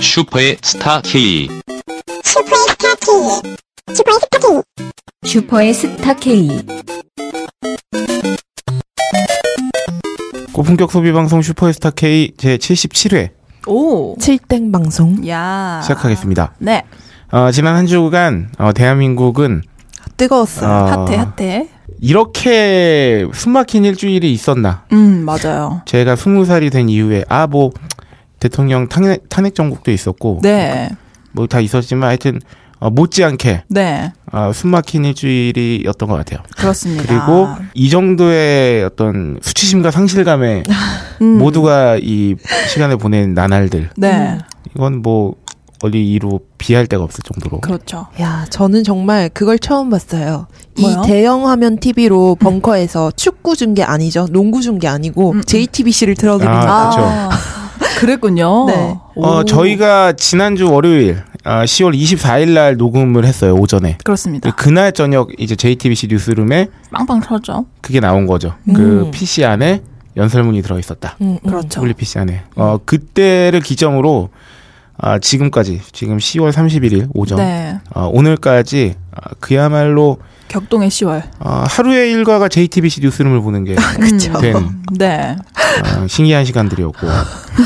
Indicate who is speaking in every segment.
Speaker 1: 슈퍼의 스타 K.
Speaker 2: 슈퍼의 스타 K 슈퍼의 스타 K
Speaker 3: 슈퍼의 스타 K.
Speaker 4: 고품격 소비 방송 슈퍼스타 K 제 77회
Speaker 5: 오.
Speaker 6: 칠땡 방송
Speaker 5: 야.
Speaker 4: 시작하겠습니다.
Speaker 5: 아, 네.
Speaker 4: 어, 지난 한 주간 어, 대한민국은
Speaker 5: 뜨거웠어요.
Speaker 4: 아.
Speaker 5: 핫해, 핫해.
Speaker 4: 이렇게 숨막힌 일주일이 있었나?
Speaker 5: 음, 맞아요.
Speaker 4: 제가 스무 살이 된 이후에 아 뭐 대통령 탄핵, 탄핵 정국도 있었고
Speaker 5: 네.
Speaker 4: 뭐 다 있었지만 하여튼 어, 못지않게
Speaker 5: 네.
Speaker 4: 어, 숨막힌 일주일이었던 것 네. 같아요.
Speaker 5: 그렇습니다.
Speaker 4: 그리고 이 정도의 어떤 수치심과 상실감에
Speaker 5: 음,
Speaker 4: 모두가 이 시간을 보낸 나날들
Speaker 5: 네.
Speaker 4: 이건 뭐 어디 이루 비할 데가 없을 정도로
Speaker 5: 그렇죠.
Speaker 6: 야 저는 정말 그걸 처음 봤어요
Speaker 5: 뭐요?
Speaker 6: 이 대형 화면 TV로 벙커에서 축구 중계 아니죠 농구 중계 아니고
Speaker 5: 음, 음.
Speaker 6: JTBC를 틀어드리는
Speaker 4: 아, 그렇죠.
Speaker 5: 그랬군요.
Speaker 6: 네.
Speaker 4: 어,
Speaker 5: 오.
Speaker 4: 저희가 지난주 월요일, 아, 10월 24일 날 녹음을 했어요, 오전에.
Speaker 5: 그렇습니다.
Speaker 4: 그날 저녁 이제 JTBC 뉴스룸에
Speaker 5: 빵빵 터져.
Speaker 4: 그게 나온 거죠. 그 PC 안에 연설문이 들어있었다.
Speaker 6: 음, 음.
Speaker 5: 그렇죠.
Speaker 4: 홀리 PC 안에. 어, 그때를 기점으로, 아, 지금까지, 지금 10월 31일 오전,
Speaker 5: 네.
Speaker 4: 어, 오늘까지, 아, 그야말로,
Speaker 5: 격동의 10월.
Speaker 4: 아, 하루의 일과가 JTBC 뉴스룸을 보는 게 된 아,
Speaker 6: 그쵸.
Speaker 5: 네.
Speaker 4: 신기한 시간들이었고,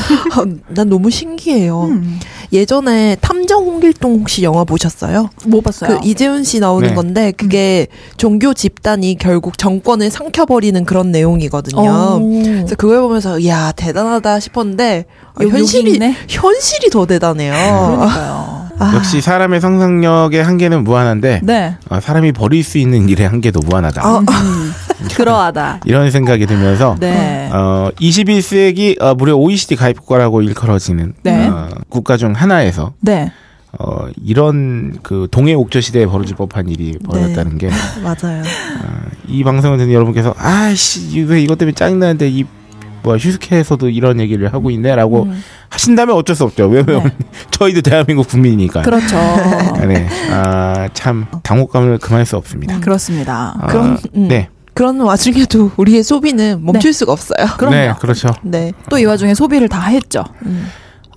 Speaker 6: 난 너무 신기해요
Speaker 5: 음.
Speaker 6: 예전에 탐정 홍길동 혹시 영화 보셨어요?
Speaker 5: 못뭐 봤어요. 음.
Speaker 6: 그 이재훈 씨 나오는
Speaker 4: 네.
Speaker 6: 건데 그게 종교 집단이 결국 정권을 삼켜버리는 그런
Speaker 5: 어.
Speaker 6: 내용이거든요 그래서 그걸 보면서 야 대단하다 싶었는데 아,
Speaker 5: 요- 여기
Speaker 6: 현실이
Speaker 5: 있네.
Speaker 6: 현실이 더 대단해요.
Speaker 5: 그러니까요.
Speaker 6: 아,
Speaker 4: 음. 역시 사람의 상상력의 한계는 무한한데,
Speaker 5: 네.
Speaker 4: 아, 사람이 버릴 수 있는 일의 한계도 무한하다.
Speaker 6: 아,
Speaker 5: 음. 그러하다.
Speaker 4: 이런 생각이 들면서
Speaker 5: 네.
Speaker 4: 어, 21세기 어, 무려 OECD 가입국가라고 일컬어지는
Speaker 5: 네.
Speaker 4: 어, 국가 중 하나에서
Speaker 5: 네.
Speaker 4: 어, 이런 그 동해 옥저 시대에 벌어질 법한 일이
Speaker 5: 네.
Speaker 4: 벌어졌다는
Speaker 6: 맞아요.
Speaker 4: 게 이 방송을 듣는 여러분께서 아씨 왜 이것 때문에 짜증나는데 이 뭐야 휴스케에서도 이런 얘기를 하고 있네라고 하신다면 어쩔 수 없죠 왜냐면
Speaker 5: 음. 네.
Speaker 4: 저희도 대한민국 국민이니까
Speaker 5: 그렇죠.
Speaker 4: 네. 아, 참 당혹감을 금할 수 없습니다
Speaker 5: 그렇습니다.
Speaker 6: 그럼,
Speaker 4: 아,
Speaker 6: 음.
Speaker 4: 네
Speaker 6: 그런 와중에도 우리의 소비는 멈출 수가 없어요.
Speaker 5: 네. 그럼요.
Speaker 4: 네 그렇죠
Speaker 6: 네. 음.
Speaker 5: 또 이 와중에 소비를 다 했죠.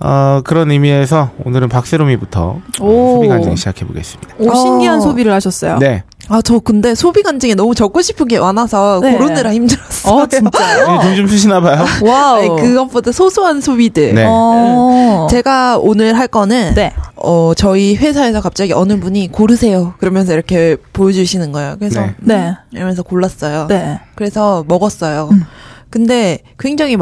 Speaker 4: 어, 그런 의미에서 오늘은 박세롬이부터
Speaker 5: 오.
Speaker 4: 소비 간증 시작해 보겠습니다.
Speaker 5: 오,
Speaker 6: 어.
Speaker 5: 신기한 소비를 하셨어요.
Speaker 4: 네.
Speaker 6: 아, 저 근데 소비 간증에 너무 적고 싶은 게 많아서
Speaker 5: 네.
Speaker 6: 고르느라 힘들었어요.
Speaker 5: 어, 진짜요?
Speaker 4: 돈 좀 쓰시나 봐요.
Speaker 6: 음. 아니,
Speaker 5: 와우.
Speaker 6: 그것보다 소소한 소비들.
Speaker 4: 네.
Speaker 5: 어.
Speaker 6: 제가 오늘 할 거는
Speaker 5: 네.
Speaker 6: 어 저희 회사에서 갑자기 어느 분이 고르세요 그러면서 이렇게 보여주시는 거예요. 그래서
Speaker 4: 네.
Speaker 5: 네.
Speaker 6: 이러면서 골랐어요.
Speaker 5: 네.
Speaker 6: 그래서 먹었어요.
Speaker 5: 음.
Speaker 6: 근데 굉장히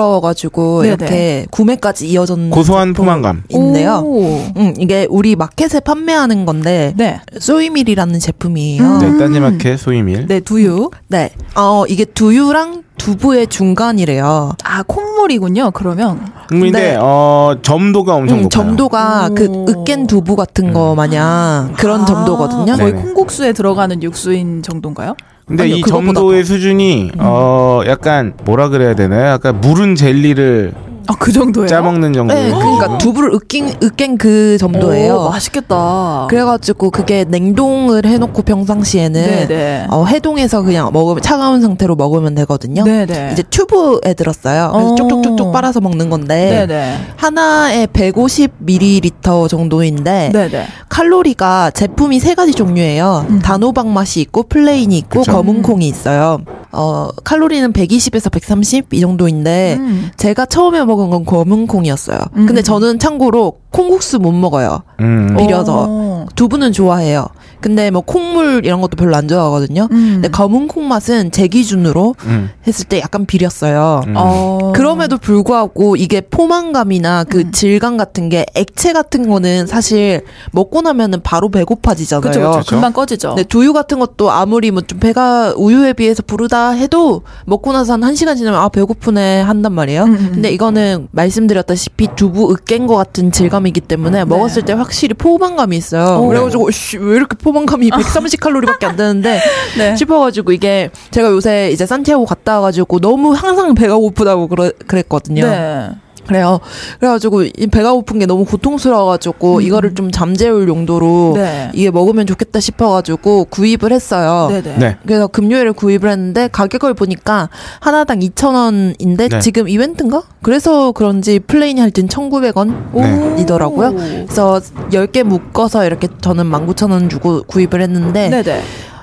Speaker 6: 만족스러워가지고
Speaker 5: 네네.
Speaker 6: 이렇게 구매까지 이어졌는
Speaker 4: 고소한 포만감.
Speaker 6: 인데요.
Speaker 5: 오.
Speaker 6: 음, 이게 우리 마켓에 판매하는 건데
Speaker 5: 네.
Speaker 6: 소이밀이라는 제품이에요.
Speaker 4: 네,
Speaker 5: 음.
Speaker 4: 딴지마켓 소이밀.
Speaker 5: 네, 두유.
Speaker 6: 네. 어 이게 두유랑 두부의 중간이래요.
Speaker 5: 아, 콩물이군요, 그러면.
Speaker 4: 국민인데
Speaker 6: 네.
Speaker 4: 어, 점도가 엄청
Speaker 6: 음,
Speaker 4: 높아요. 음.
Speaker 6: 점도가
Speaker 5: 오.
Speaker 6: 그 으깬 두부 같은 거 마냥 그런
Speaker 5: 아,
Speaker 6: 점도거든요.
Speaker 4: 네.
Speaker 5: 거의
Speaker 4: 네네.
Speaker 5: 콩국수에 들어가는 육수인 정도인가요?
Speaker 4: 근데
Speaker 6: 아니요,
Speaker 4: 이
Speaker 6: 그것보다 음.
Speaker 4: 점도의 수준이 어, 약간 뭐라 그래야 되나요? 약간 무른 젤리를
Speaker 5: 아, 그 정도예요?
Speaker 4: 짜먹는 정도.
Speaker 6: 네, 그러니까 두부를 으깬 으깬 그 점도예요.
Speaker 5: 오, 맛있겠다.
Speaker 6: 그래가지고 그게 냉동을 해놓고 평상시에는
Speaker 5: 네, 네.
Speaker 6: 어, 해동해서 그냥 먹으면 차가운 상태로 먹으면 되거든요.
Speaker 5: 네, 네.
Speaker 6: 이제 튜브에 들었어요. 그래서
Speaker 5: 어.
Speaker 6: 쪽쪽쪽쪽 빨아서 먹는
Speaker 5: 네,
Speaker 6: 건데
Speaker 5: 네.
Speaker 6: 하나에 150ml 정도인데
Speaker 5: 네, 네.
Speaker 6: 칼로리가 제품이 세 가지 종류예요.
Speaker 5: 음.
Speaker 6: 단호박 맛이 있고 플레인이 있고
Speaker 4: 그쵸.
Speaker 6: 검은콩이 있어요. 어 칼로리는 120에서 130 이 정도인데
Speaker 5: 음.
Speaker 6: 제가 처음에 먹은 건 검은콩이었어요.
Speaker 5: 음.
Speaker 6: 근데 저는 참고로 콩국수 못 먹어요.
Speaker 4: 음.
Speaker 6: 비려서.
Speaker 5: 오.
Speaker 6: 두부는 좋아해요. 근데 뭐 콩물 이런 것도 별로 안 좋아하거든요.
Speaker 5: 음.
Speaker 6: 근데 검은콩 맛은 제 기준으로
Speaker 4: 음.
Speaker 6: 했을 때 약간 비렸어요.
Speaker 4: 음.
Speaker 5: 어.
Speaker 6: 그럼에도 불구하고 이게 포만감이나 그
Speaker 5: 음.
Speaker 6: 질감 같은 게 액체 같은 거는 사실 먹고 나면은 바로 배고파지잖아요.
Speaker 5: 그쵸, 그쵸.
Speaker 4: 그쵸?
Speaker 5: 금방 꺼지죠.
Speaker 6: 근데 두유 같은 것도 아무리 뭐 좀 배가 우유에 비해서 부르다 해도 먹고 나서 한 1시간 지나면 아 배고프네 한단 말이에요.
Speaker 5: 음, 음.
Speaker 6: 근데 이거는 말씀드렸다시피 두부 으깬 것 같은 질감이기 때문에
Speaker 5: 네.
Speaker 6: 먹었을 때 확실히 포만감이 있어요.
Speaker 5: 오.
Speaker 6: 그래가지고 씨, 왜 이렇게 포만감이 130칼로리밖에 안 되는데
Speaker 5: 네.
Speaker 6: 싶어가지고 이게 제가 요새 이제 산티아고 갔다 와가지고 너무 항상 배가 고프다고 그랬거든요.
Speaker 5: 네.
Speaker 6: 그래요. 그래가지고 이 배가 고픈 게 너무 고통스러워가지고 이거를 좀 잠재울 용도로
Speaker 5: 음. 네.
Speaker 6: 이게 먹으면 좋겠다 싶어가지고 구입을 했어요.
Speaker 5: 네네.
Speaker 4: 네.
Speaker 6: 그래서 금요일에 구입을 했는데 가격을 보니까 하나당 2,000원인데
Speaker 4: 네.
Speaker 6: 지금 이벤트인가? 그래서 그런지 플레인이 할땐 1,900원
Speaker 4: 네.
Speaker 6: 이더라고요. 그래서 10개 묶어서 이렇게 저는 19,000원 주고 구입을 했는데
Speaker 5: 네네.
Speaker 6: 어.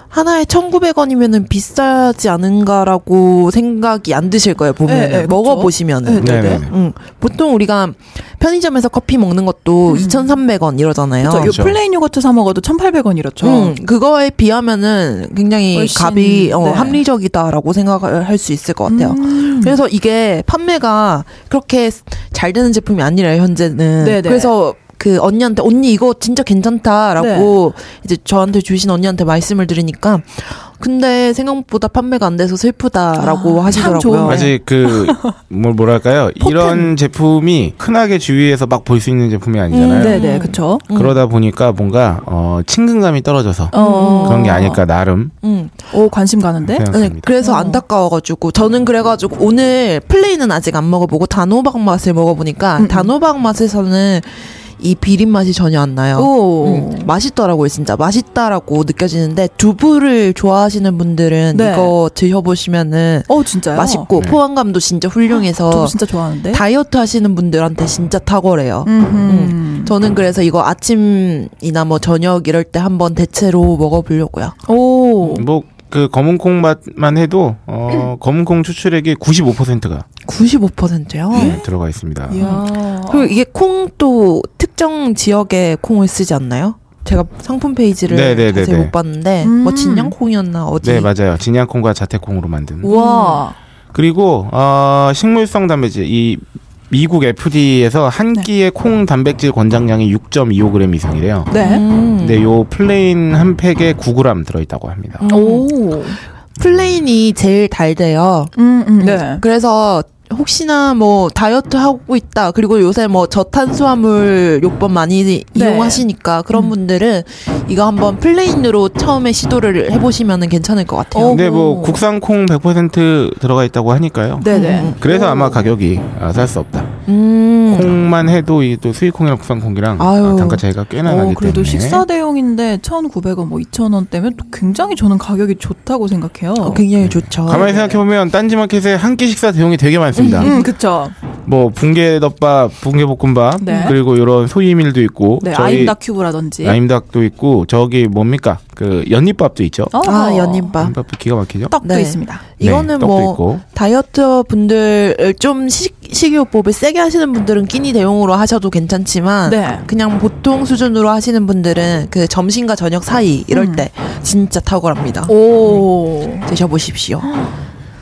Speaker 6: 하나에 1,900원이면은 비싸지 않은가라고 생각이 안 드실 거예요, 보면은.
Speaker 5: 네, 네,
Speaker 6: 먹어보시면은.
Speaker 5: 그쵸. 네,
Speaker 4: 네.
Speaker 5: 네.
Speaker 6: 음, 보통 우리가 편의점에서 커피 먹는 것도 2,300원 이러잖아요.
Speaker 5: 저
Speaker 4: 그렇죠.
Speaker 5: 요 플레인 요거트 사 먹어도 1,800원 이렇죠.
Speaker 6: 음, 그거에 비하면은 굉장히
Speaker 5: 훨씬,
Speaker 6: 값이 어,
Speaker 5: 네.
Speaker 6: 합리적이다라고 생각할 수 있을 것 같아요.
Speaker 5: 음.
Speaker 6: 그래서 이게 판매가 그렇게 잘 되는 제품이 아니라요, 현재는.
Speaker 5: 네네.
Speaker 6: 그래서 그 언니한테 언니 이거 진짜 괜찮다라고
Speaker 5: 네.
Speaker 6: 이제 저한테 주신 언니한테 말씀을 드리니까 근데 생각보다 판매가 안 돼서 슬프다라고
Speaker 5: 아, 참
Speaker 6: 하시더라고요.
Speaker 5: 좋은 네.
Speaker 4: 아직 그, 뭘, 뭐랄까요. 이런 제품이 흔하게 주위에서 막 볼 수 있는 제품이 아니잖아요.
Speaker 6: 음,
Speaker 5: 네네, 그쵸.
Speaker 6: 음.
Speaker 4: 그러다 보니까 뭔가, 어, 친근감이 떨어져서
Speaker 5: 어.
Speaker 4: 그런 게 아닐까, 나름.
Speaker 6: 음.
Speaker 5: 오, 관심 가는데?
Speaker 6: 네,
Speaker 4: 생각합니다.
Speaker 6: 그래서
Speaker 5: 어.
Speaker 6: 안타까워가지고 저는 그래가지고 오늘 플레이는 아직 안 먹어보고 단호박 맛을 먹어보니까
Speaker 5: 음, 음.
Speaker 6: 단호박 맛에서는 이 비린 맛이 전혀 안 나요.
Speaker 5: 오.
Speaker 6: 음, 맛있더라고요, 진짜. 맛있다라고 느껴지는데, 두부를 좋아하시는 분들은
Speaker 5: 네.
Speaker 6: 이거 드셔보시면은
Speaker 5: 어, 진짜요?
Speaker 6: 맛있고,
Speaker 4: 네.
Speaker 6: 포만감도 진짜
Speaker 5: 저
Speaker 6: 훌륭해서,
Speaker 5: 진짜 좋아하는데.
Speaker 6: 다이어트 하시는 분들한테 진짜 탁월해요.
Speaker 5: 음.
Speaker 6: 저는 그래서 이거 아침이나 뭐 저녁 이럴 때 한번 대체로 먹어보려고요.
Speaker 5: 오.
Speaker 4: 뭐, 그 검은콩 맛만 해도,
Speaker 5: 음.
Speaker 4: 어, 검은콩 추출액의 95%가 네,
Speaker 6: 95%요?
Speaker 4: 들어가 있습니다.
Speaker 5: 어? 이야.
Speaker 6: 그리고 이게 콩도 특정 지역의 콩을 쓰지 않나요? 제가 상품 페이지를
Speaker 4: 네네네네.
Speaker 6: 자세히 못 봤는데,
Speaker 5: 음.
Speaker 6: 뭐 진양콩이었나 어디.
Speaker 4: 네, 맞아요. 진양콩과 자태콩으로 만든.
Speaker 5: 우와.
Speaker 4: 그리고 어, 식물성 단백질 이 미국 FDA에서 한
Speaker 5: 네.
Speaker 4: 끼의 콩 단백질 권장량이 6.25g 이상이래요.
Speaker 5: 네.
Speaker 6: 음.
Speaker 4: 근데 요 플레인 한 팩에 9g 들어있다고 합니다.
Speaker 6: 음.
Speaker 5: 오.
Speaker 6: 플레인이 제일 달대요.
Speaker 5: 음, 음. 네.
Speaker 6: 그래서 혹시나 뭐 다이어트 하고 있다 그리고 요새 뭐 저탄수화물 요법 많이 이용하시니까 그런 분들은 이거 한번 플레인으로 처음에 시도를 해보시면은 괜찮을 것
Speaker 5: 어.
Speaker 6: 같아요.
Speaker 4: 근데 뭐 국산 콩 100% 들어가 있다고 하니까요.
Speaker 5: 네네.
Speaker 4: 그래서 아마 가격이 살 수 없다.
Speaker 6: 음.
Speaker 4: 콩만 해도 이 또 수입콩이랑 국산콩이랑
Speaker 6: 아유.
Speaker 4: 어, 단가 차이가 꽤나
Speaker 5: 어,
Speaker 4: 나기
Speaker 5: 그래도
Speaker 4: 때문에
Speaker 5: 식사 대용인데 1,900원 뭐 2,000원 때문에 또 굉장히 저는 가격이 좋다고 생각해요.
Speaker 6: 어, 굉장히 좋죠.
Speaker 4: 가만히 생각해 보면 딴지마켓에 한 끼 식사 대용이 되게 많습니다.
Speaker 5: 네. 음, 그쵸.
Speaker 4: 뭐 붕괴덮밥, 붕괴볶음밥
Speaker 5: 네.
Speaker 4: 그리고 이런 소이밀도 있고
Speaker 5: 네,
Speaker 4: 뭐 저희
Speaker 5: 아임다 큐브라든지.
Speaker 4: 라임닭도 있고 저기 뭡니까 그 연잎밥도 있죠.
Speaker 5: 어.
Speaker 6: 아 연인밥
Speaker 4: 연잎밥도 기가 막히죠.
Speaker 5: 떡도
Speaker 6: 네.
Speaker 5: 있습니다.
Speaker 6: 이거는
Speaker 4: 네, 떡도
Speaker 6: 뭐
Speaker 4: 있고.
Speaker 6: 다이어트 분들 좀 식, 식이요법을 세게 하시는 분들은 끼니 대용으로 하셔도 괜찮지만
Speaker 5: 네.
Speaker 6: 그냥 보통 수준으로 하시는 분들은 그 점심과 저녁 사이 이럴
Speaker 5: 음. 어.
Speaker 6: 때 진짜 탁월합니다.
Speaker 5: 오.
Speaker 6: 드셔보십시오.
Speaker 5: 아,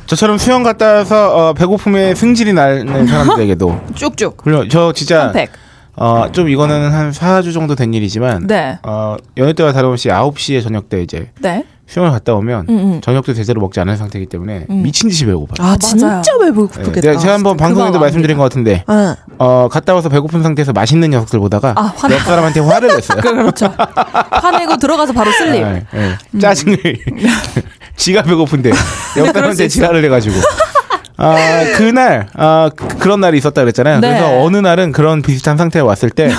Speaker 4: 저처럼 수영 갔다 와서 어, 배고픔에 승질이 나는 사람들에게도
Speaker 5: 쭉쭉.
Speaker 4: 훌륭. 저 진짜
Speaker 5: 한 팩.
Speaker 4: 어, 좀 이거는 한 4주 정도 된 일이지만
Speaker 5: 네.
Speaker 4: 어, 연휴 때와 다름없이 9시에 저녁 때 이제
Speaker 5: 네.
Speaker 4: 수영을 갔다 오면
Speaker 6: 음, 음.
Speaker 4: 저녁도 제대로 먹지 않은 상태이기 때문에
Speaker 6: 음.
Speaker 4: 미친 듯이 배고파요.
Speaker 5: 맞아요.
Speaker 6: 아, 진짜 왜
Speaker 4: 네,
Speaker 6: 배고프겠다.
Speaker 4: 내가 제가 한번 방송에도
Speaker 5: 그거
Speaker 4: 말씀드린
Speaker 5: 압니다.
Speaker 4: 것 같은데
Speaker 6: 응.
Speaker 4: 어, 갔다 와서 배고픈 상태에서 맛있는 녀석들 보다가
Speaker 5: 아, 화나-
Speaker 4: 옆 사람한테 화를 냈어요.
Speaker 5: 그렇죠. 화내고 들어가서 바로 슬립.
Speaker 4: 예, 예. 짜증을 지가 배고픈데 옆 사람한테 지랄을 해가지고 아 그날 아 그- 그런 날이 있었다 그랬잖아요
Speaker 5: 네.
Speaker 4: 그래서 어느 날은 그런 비슷한 상태에 왔을 때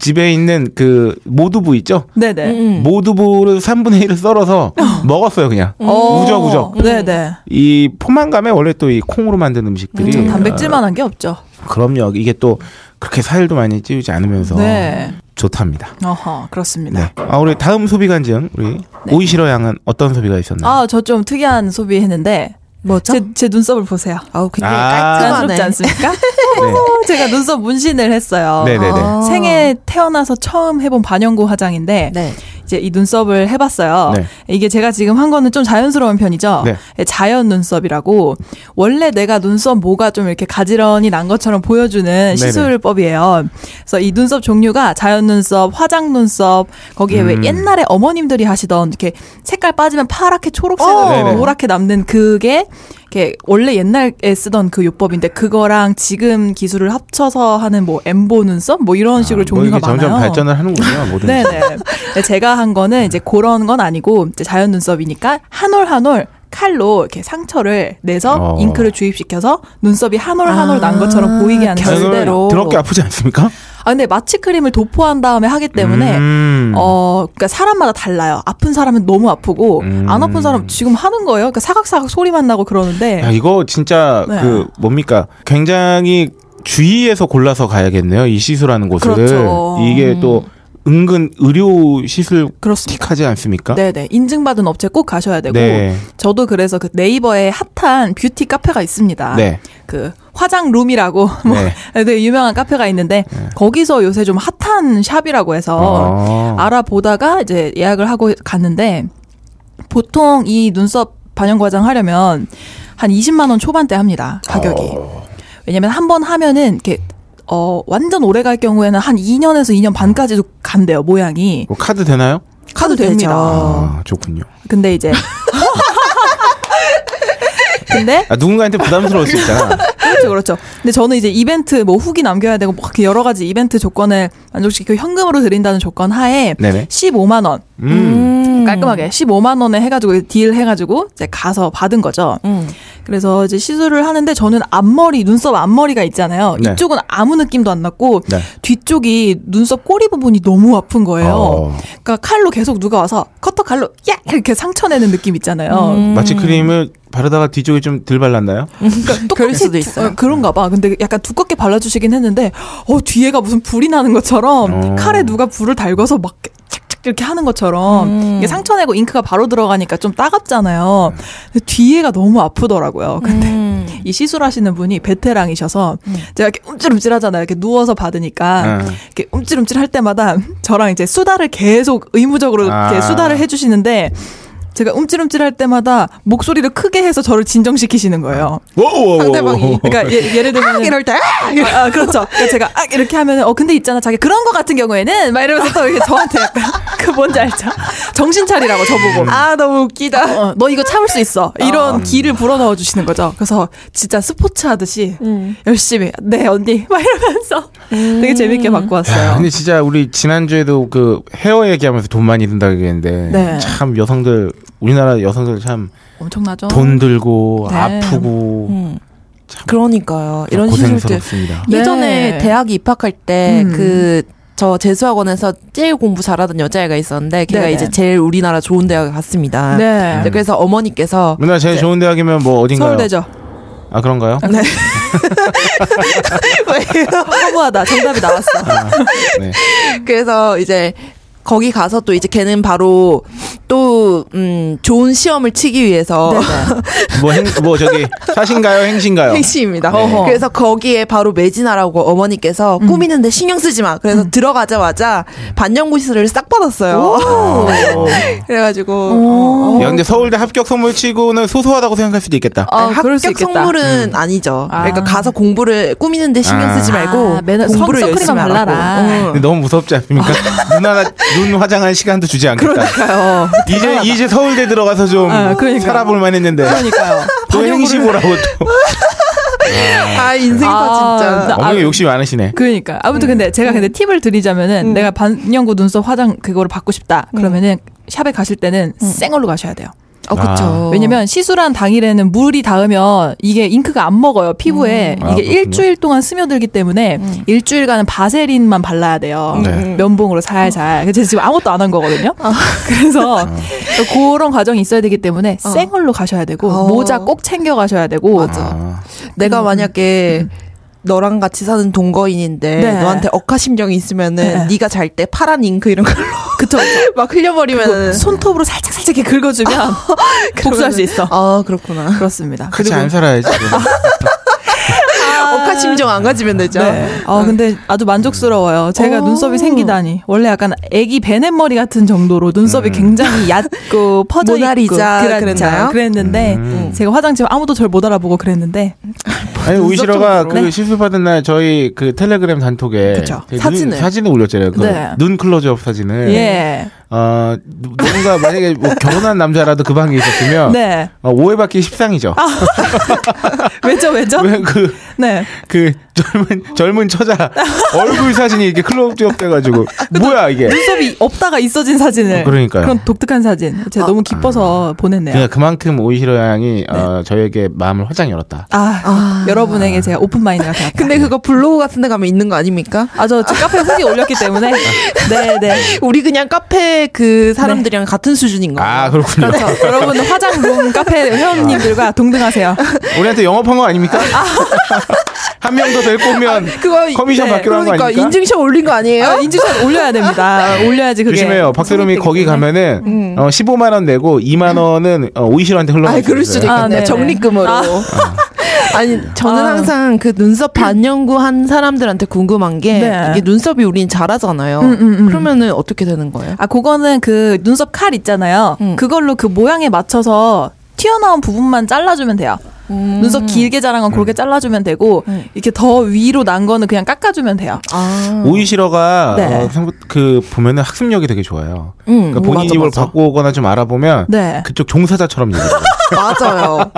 Speaker 4: 집에 있는 그 모두부 있죠
Speaker 5: 네네.
Speaker 6: 음.
Speaker 4: 모두부를 3분의 1을 썰어서 먹었어요 그냥
Speaker 6: 음.
Speaker 5: 어.
Speaker 4: 우적우적.
Speaker 5: 네네.
Speaker 4: 이 포만감에 원래 또 이 콩으로 만든 음식들이 네.
Speaker 5: 좀 단백질만한 게 없죠.
Speaker 4: 아, 그럼요 이게 또 그렇게 살도 많이 찌우지 않으면서
Speaker 5: 네.
Speaker 4: 좋답니다
Speaker 5: 어허, 그렇습니다.
Speaker 4: 네. 아 우리 다음 소비 간증 우리 오이시러 양은 어떤 소비가 있었나요?
Speaker 5: 네. 아, 저 좀 특이한 소비했는데
Speaker 6: 뭐죠?
Speaker 5: 제, 제 눈썹을 보세요.
Speaker 6: 아우 굉장히
Speaker 4: 아.
Speaker 5: 자연스럽지
Speaker 6: 깔끔하네.
Speaker 5: 않습니까? 어,
Speaker 4: 네.
Speaker 5: 제가 눈썹 문신을 했어요.
Speaker 4: 네네네.
Speaker 6: 아.
Speaker 5: 생애 태어나서 처음 해본 반영구 화장인데
Speaker 6: 네.
Speaker 5: 이제 이 눈썹을 해봤어요.
Speaker 4: 네.
Speaker 5: 이게 제가 지금 한 거는 좀 자연스러운 편이죠.
Speaker 4: 네.
Speaker 5: 자연 눈썹이라고 원래 내가 눈썹 모가 좀 이렇게 가지런히 난 것처럼 보여주는 시술법이에요. 그래서 이 눈썹 종류가 자연 눈썹, 화장 눈썹 거기에 왜
Speaker 4: 음.
Speaker 5: 옛날에 어머님들이 하시던 이렇게 색깔 빠지면 파랗게
Speaker 4: 어. 네네.
Speaker 5: 초록색으로 노랗게 남는 그게 이렇게 원래 옛날에 쓰던 그 요법인데 그거랑 지금 기술을 합쳐서 하는 뭐 엠보 눈썹 뭐 이런 식으로
Speaker 4: 뭐
Speaker 5: 종류가
Speaker 4: 이게 점점
Speaker 5: 많아요. 네,
Speaker 4: 발전을 하는군요. 모든
Speaker 5: 네네. 제가 한 거는 이제 그런 건 아니고 이제 자연 눈썹이니까 한 올 한 올 칼로 이렇게 상처를 내서
Speaker 4: 어.
Speaker 5: 잉크를 주입시켜서 눈썹이 한 올 한 올 난
Speaker 6: 아,
Speaker 5: 것처럼 보이게 하는
Speaker 6: 결-
Speaker 5: 거예요.
Speaker 6: 절대로.
Speaker 4: 더럽게 아프지 않습니까?
Speaker 5: 아 근데 마취 크림을 도포한 다음에 하기 때문에
Speaker 4: 음.
Speaker 5: 어, 그러니까 사람마다 달라요. 아픈 사람은 너무 아프고
Speaker 4: 음.
Speaker 5: 안 아픈 사람 지금 하는 거예요. 그러니까 사각사각 소리만 나고 그러는데
Speaker 4: 야, 아, 이거 진짜
Speaker 5: 네.
Speaker 4: 그 뭡니까? 굉장히 주의해서 골라서 가야겠네요. 이 시술하는 곳을.
Speaker 5: 그렇죠.
Speaker 4: 이게 또 은근 의료 시술
Speaker 5: 그렇습니다.
Speaker 4: 틱하지 않습니까?
Speaker 5: 네네 뭐, 인증받은 업체 꼭 가셔야 되고
Speaker 4: 네.
Speaker 5: 저도 그래서 그 네이버에 핫한 뷰티 카페가 있습니다.
Speaker 4: 네.
Speaker 5: 그 화장룸이라고 뭐
Speaker 4: 네.
Speaker 5: 되게 유명한 카페가 있는데 거기서 요새 좀 핫한 샵이라고 해서
Speaker 4: 어.
Speaker 5: 알아보다가 이제 예약을 하고 갔는데 보통 이 눈썹 반영 과장 하려면 한 20만 원 초반대 합니다. 가격이. 왜냐면 한 번 하면은 이렇게 어 완전 오래 갈 경우에는 한 2년에서 2년 반까지도 간대요 모양이
Speaker 4: 뭐 카드 되나요?
Speaker 5: 카드
Speaker 6: 되죠.
Speaker 5: 됩니다.
Speaker 4: 아, 좋군요.
Speaker 5: 근데 이제 근데
Speaker 4: 아, 누군가한테 부담스러울 수 있잖아.
Speaker 5: 그렇죠 그렇죠. 근데 저는 이제 이벤트 뭐 후기 남겨야 되고 막 여러 가지 이벤트 조건을 만족시키고 그 현금으로 드린다는 조건 하에
Speaker 4: 네네.
Speaker 5: 15만 원
Speaker 4: 음.
Speaker 5: 깔끔하게 15만 원에 해가지고 딜 해가지고 이제 가서 받은 거죠.
Speaker 6: 음.
Speaker 5: 그래서 이제 시술을 하는데 저는 앞머리 눈썹 앞머리가 있잖아요.
Speaker 4: 네.
Speaker 5: 이쪽은 아무 느낌도 안 났고
Speaker 4: 네.
Speaker 5: 뒤쪽이 눈썹 꼬리 부분이 너무 아픈 거예요.
Speaker 4: 어.
Speaker 5: 그러니까 칼로 계속 누가 와서 커터 칼로 야 이렇게 상처내는 느낌 있잖아요.
Speaker 4: 마취 크림을 바르다가 뒤쪽에 좀 덜 발랐나요?
Speaker 5: 그러니까
Speaker 6: 그럴 수도
Speaker 5: 똑같이
Speaker 6: 있어요.
Speaker 5: 어, 그런가 봐. 근데 약간 두껍게 발라주시긴 했는데 어 뒤에가 무슨 불이 나는 것처럼
Speaker 4: 어.
Speaker 5: 칼에 누가 불을 달궈서 막 착착 이렇게 하는 것처럼
Speaker 6: 음.
Speaker 5: 이게 상처내고 잉크가 바로 들어가니까 좀 따갑잖아요.
Speaker 4: 네.
Speaker 5: 근데 뒤에가 너무 아프더라고요. 근데
Speaker 6: 음.
Speaker 5: 이 시술하시는 분이 베테랑이셔서 제가 이렇게 움찔움찔하잖아요. 이렇게 누워서 받으니까
Speaker 4: 음.
Speaker 5: 이렇게 움찔움찔 할 때마다 저랑 이제 수다를 계속 의무적으로 이렇게
Speaker 4: 아.
Speaker 5: 수다를 해주시는데 제가 움찔움찔 할 때마다 목소리를 크게 해서 저를 진정시키시는 거예요.
Speaker 4: 오,
Speaker 6: 상대방이.
Speaker 5: 그러니까 예, 를 들면
Speaker 6: 어. 이럴 때
Speaker 5: 아, 아, 그렇죠. 그러니까 제가 아, 이렇게 하면 어 근데 있잖아 자기 그런 거 같은 경우에는 막 이러면서 또 이렇게 저한테 약간 그 뭔지 알죠? 정신 차리라고 저보고
Speaker 6: 아 너무 웃기다. 아.
Speaker 5: 어, 너 이거 참을 수 있어. 이런 기를 불어넣어 주시는 거죠. 그래서 진짜 스포츠 하듯이
Speaker 6: 음.
Speaker 5: 열심히 네 언니 막 이러면서 되게 재밌게 받고
Speaker 4: 야,
Speaker 5: 왔어요.
Speaker 4: 근데 진짜 우리 지난주에도 그 헤어 얘기하면서 돈 많이 든다 얘기했는데
Speaker 5: 네.
Speaker 4: 참 여성들 우리나라 여성들 참 돈
Speaker 5: 엄청나죠?
Speaker 4: 들고
Speaker 5: 네.
Speaker 4: 아프고
Speaker 6: 그러니까요. 이런 시술 때
Speaker 4: 고생스럽습니다.
Speaker 5: 네.
Speaker 6: 예전에 대학 입학할 때
Speaker 5: 음.
Speaker 6: 그 저 재수학원에서 제일 공부 잘하던 여자애가 있었는데 걔가
Speaker 5: 네네.
Speaker 6: 이제 제일 우리나라 좋은 대학에
Speaker 4: 아,
Speaker 6: 갔습니다.
Speaker 5: 네.
Speaker 6: 이제 그래서 어머니께서
Speaker 4: 우리나라 제일 좋은 대학이면 뭐 어딘가요?
Speaker 5: 서울대죠.
Speaker 4: 아 그런가요?
Speaker 5: 네.
Speaker 6: 뭐
Speaker 5: 허무하다. 정답이 나왔어.
Speaker 4: 네.
Speaker 6: 그래서 이제 거기 가서 또 이제 걔는 바로 또 음, 좋은 시험을 치기 위해서
Speaker 5: 네,
Speaker 4: 뭐, 행, 뭐 저기 사신가요, 행신가요?
Speaker 6: 택시입니다.
Speaker 4: 네. 어허.
Speaker 6: 그래서 거기에 바로 매진하라고 어머니께서
Speaker 5: 음.
Speaker 6: 꾸미는데 신경 쓰지 마. 그래서 들어가자마자 반영고시를 싹 받았어요.
Speaker 4: 어.
Speaker 5: 뭐?
Speaker 6: 그래가지고 어,
Speaker 4: 야 근데 서울대 합격 선물 치고는 소소하다고 생각할 수도 있겠다.
Speaker 5: 아,
Speaker 6: 아니,
Speaker 5: 그럴 수
Speaker 6: 합격
Speaker 5: 있겠다.
Speaker 6: 선물은 아니죠.
Speaker 5: 아.
Speaker 6: 그러니까 가서 공부를 꾸미는데 신경
Speaker 4: 아.
Speaker 6: 쓰지 말고
Speaker 5: 아, 맨날
Speaker 6: 공부를
Speaker 5: 선-
Speaker 6: 열심히
Speaker 5: 선크림만
Speaker 6: 하라고.
Speaker 5: 발라라. 아,
Speaker 6: 어.
Speaker 4: 근데 너무 무섭지 않습니까? 눈 하나 눈 화장할 시간도 주지 않겠다.
Speaker 5: 어. 그러니까요.
Speaker 4: 이제 이제 서울대 들어가서 좀
Speaker 5: 아, 그러니까요.
Speaker 4: 살아볼 만했는데
Speaker 5: 그러니까요.
Speaker 4: 또 행시 보라고 또.
Speaker 6: 아 인생이다
Speaker 5: 아,
Speaker 6: 진짜.
Speaker 5: 나-
Speaker 4: 어머니
Speaker 5: 아,
Speaker 4: 욕심이 많으시네.
Speaker 5: 그러니까 아무튼 근데 제가 근데 팁을 드리자면은 내가 반영구 눈썹 화장 그거를 받고 싶다 그러면은 샵에 가실 때는 생얼로 가셔야 돼요.
Speaker 6: 어 그쵸.
Speaker 4: 아.
Speaker 5: 왜냐면 시술한 당일에는 물이 닿으면 이게 잉크가 안 먹어요 피부에
Speaker 4: 음. 아,
Speaker 5: 이게
Speaker 4: 그렇군요.
Speaker 5: 일주일 동안 스며들기 때문에 일주일간은 바세린만 발라야 돼요.
Speaker 4: 네.
Speaker 5: 면봉으로 살살. 그래서 제가 지금 아무것도 안 한 거거든요. 그래서
Speaker 4: 아.
Speaker 5: 그런 과정이 있어야 되기 때문에 생얼로 가셔야 되고
Speaker 6: 어.
Speaker 5: 모자 꼭 챙겨 가셔야 되고
Speaker 4: 아,
Speaker 5: 음.
Speaker 6: 내가 만약에 너랑 같이 사는 동거인인데
Speaker 5: 네.
Speaker 6: 너한테 억하심정이 있으면은 네. 가 잘 때 파란 잉크 이런 걸로
Speaker 5: 그쵸.
Speaker 6: 막
Speaker 5: 그리고
Speaker 6: 흘려버리면
Speaker 5: 손톱으로 살짝 살짝 이렇게 긁어주면 복수할 수 있어.
Speaker 6: 아 그렇구나.
Speaker 5: 그렇습니다.
Speaker 4: 같이 안 살아야지.
Speaker 6: 억하심정 안 가지면 되죠.
Speaker 5: 아. 네. 어. 아 근데 아주 만족스러워요. 제가
Speaker 6: 오.
Speaker 5: 눈썹이 생기다니. 원래 약간 애기 베넷 머리 같은 정도로
Speaker 4: 음.
Speaker 5: 눈썹이 굉장히 얕고 퍼져
Speaker 6: 모나리자
Speaker 5: 있고 그랬-
Speaker 6: 그랬나요?
Speaker 5: 그랬는데
Speaker 4: 음.
Speaker 5: 제가 화장실 아무도 절 못 알아보고 그랬는데
Speaker 4: 아니 오이시러가
Speaker 5: 눈썹 쪽으로.
Speaker 4: 그 시술 받은 날 저희 그 텔레그램 단톡에
Speaker 5: 네. 그쵸.
Speaker 4: 그 눈-
Speaker 6: 사진을.
Speaker 4: 사진을 올렸잖아요. 그
Speaker 5: 네.
Speaker 4: 눈 클로즈업 사진을.
Speaker 5: 예.
Speaker 4: 어 누- 누군가 만약에 뭐 결혼한 남자라도 그 방에 있었으면
Speaker 5: 네.
Speaker 4: 아,
Speaker 6: 아.
Speaker 4: 어, 오해받기 십상이죠.
Speaker 5: 왜죠 왜죠?
Speaker 4: 왜 그 그
Speaker 5: 네.
Speaker 4: 젊은 젊은 처자 얼굴 사진이 이렇게 클로즈업 돼가지고 뭐야 이게
Speaker 6: 네.
Speaker 5: 눈썹이 없다가 있어진 사진을.
Speaker 4: 예. 그러니까요. 아.
Speaker 5: 그런 독특한 사진. 제가 너무 기뻐서 보냈네요.
Speaker 4: 그러니까 그만큼 오이시로 양이
Speaker 6: 네.
Speaker 4: 어, 저에게 마음을 화장 열었다.
Speaker 5: 아,
Speaker 6: 아.
Speaker 5: 여러분에게 제가 오픈 마인드가 되었다.
Speaker 6: 근데 그거 블로그 같은 데 가면 있는 거 아닙니까?
Speaker 5: 아, 저, 저 카페에 후기 올렸기 때문에. 네, 네.
Speaker 6: 우리 그냥 카페 그 사람들이랑 같은 수준인 거예요.
Speaker 4: 아 그렇군요.
Speaker 6: 네.
Speaker 5: 그렇죠. 여러분 화장룸 카페 회원님들과 동등하세요.
Speaker 4: 우리한테 영업한 거 아닙니까? 한 명 더 데리고 오면
Speaker 6: 아, 그거 이-
Speaker 4: 커미션
Speaker 5: 네,
Speaker 4: 받기로 한 거
Speaker 6: 그러니까
Speaker 4: 아닙니까?
Speaker 6: 인증샷 올린 거 아니에요?
Speaker 5: 아, 인증샷 올려야 됩니다. 올려야지 그게.
Speaker 4: 조심해요. 박세롬이
Speaker 5: 성립되기
Speaker 4: 거기
Speaker 5: 때문에.
Speaker 4: 가면은 어, 15만 원 내고 2만 원은 어, 오이시로한테 흘러가.
Speaker 6: 음. 아, 그럴 수도 있겠네.
Speaker 5: 아, 네네.
Speaker 6: 적립금으로.
Speaker 5: 아.
Speaker 6: 아니, 저는
Speaker 5: 아.
Speaker 6: 항상 그 눈썹 반영구 한 사람들한테 궁금한 게
Speaker 5: 네.
Speaker 6: 이게 눈썹이 우린 잘하잖아요.
Speaker 5: 음, 음, 음.
Speaker 6: 그러면은 어떻게 되는 거예요?
Speaker 5: 아, 그거는 그 눈썹 칼 있잖아요.
Speaker 6: 음.
Speaker 5: 그걸로 그 모양에 맞춰서 튀어나온 부분만 잘라주면 돼요. 눈썹 길게 자란 건 그렇게 잘라주면 되고
Speaker 6: 음.
Speaker 5: 이렇게 더 위로 난 거는 그냥 깎아주면 돼요.
Speaker 6: 아.
Speaker 4: 오이시러가
Speaker 5: 네.
Speaker 4: 어, 생각- 그 보면은 학습력이 되게 좋아요.
Speaker 6: 음,
Speaker 4: 그러니까 본인
Speaker 6: 맞아,
Speaker 4: 입을
Speaker 6: 맞아.
Speaker 4: 바꿔 오거나 좀 알아보면
Speaker 5: 네.
Speaker 4: 그쪽 종사자처럼 얘기해요.
Speaker 6: 맞아요.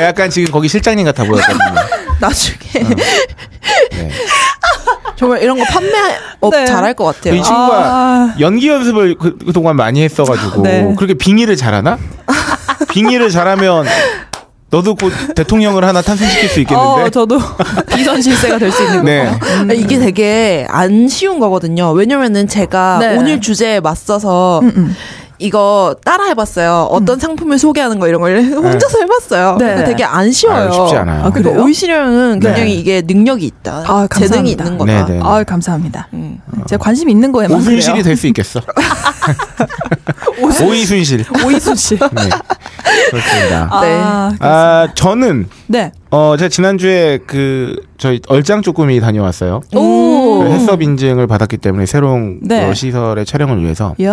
Speaker 4: 약간 지금 거기 실장님 같아 보였거든요.
Speaker 6: 나중에
Speaker 4: 네.
Speaker 6: 정말 이런 거 판매 업
Speaker 5: 네.
Speaker 6: 잘할 것 같아요.
Speaker 4: 이 친구가
Speaker 5: 아.
Speaker 4: 연기 연습을 그, 그동안 많이 했어가지고
Speaker 5: 네.
Speaker 4: 그렇게 빙의를 잘하나? 빙의를 잘하면 너도 곧 대통령을 하나 탄생시킬 수 있겠는데.
Speaker 5: 어, 저도 비선 실세가 될 수 있는 거.
Speaker 4: 네.
Speaker 6: 아,
Speaker 5: 음.
Speaker 6: 이게 되게 안 쉬운 거거든요. 왜냐면은 제가
Speaker 5: 네. 음,
Speaker 6: 오늘 주제에 맞서서 이거 따라 해봤어요. 어떤 상품을 소개하는 거 이런 걸 혼자서 해봤어요.
Speaker 5: 네.
Speaker 6: 그러니까 되게 안 쉬워요.
Speaker 4: 아유, 쉽지 않아요.
Speaker 5: 아, 그래요?
Speaker 6: 그러니까 오이시령은
Speaker 4: 네.
Speaker 6: 굉장히 이게 능력이 있다.
Speaker 5: 아, 감사합니다.
Speaker 6: 재능이 있는 거다.
Speaker 4: 네, 네.
Speaker 5: 아, 감사합니다.
Speaker 6: 음.
Speaker 5: 제가 관심 있는 거에만
Speaker 4: 오순실이 될 수 있겠어. 오이순실.
Speaker 5: 오이순 씨.
Speaker 4: 네. 그렇습니다.
Speaker 5: 아,
Speaker 6: 네.
Speaker 4: 아 저는
Speaker 5: 네.
Speaker 4: 어 제가 지난주에 그 저희 얼짱 쪼꾸미 다녀왔어요.
Speaker 5: 오.
Speaker 4: 그 해썹 인증을 받았기 때문에 새로운
Speaker 5: 네. 예.
Speaker 4: 그 시설의 촬영을 위해서.
Speaker 5: 야.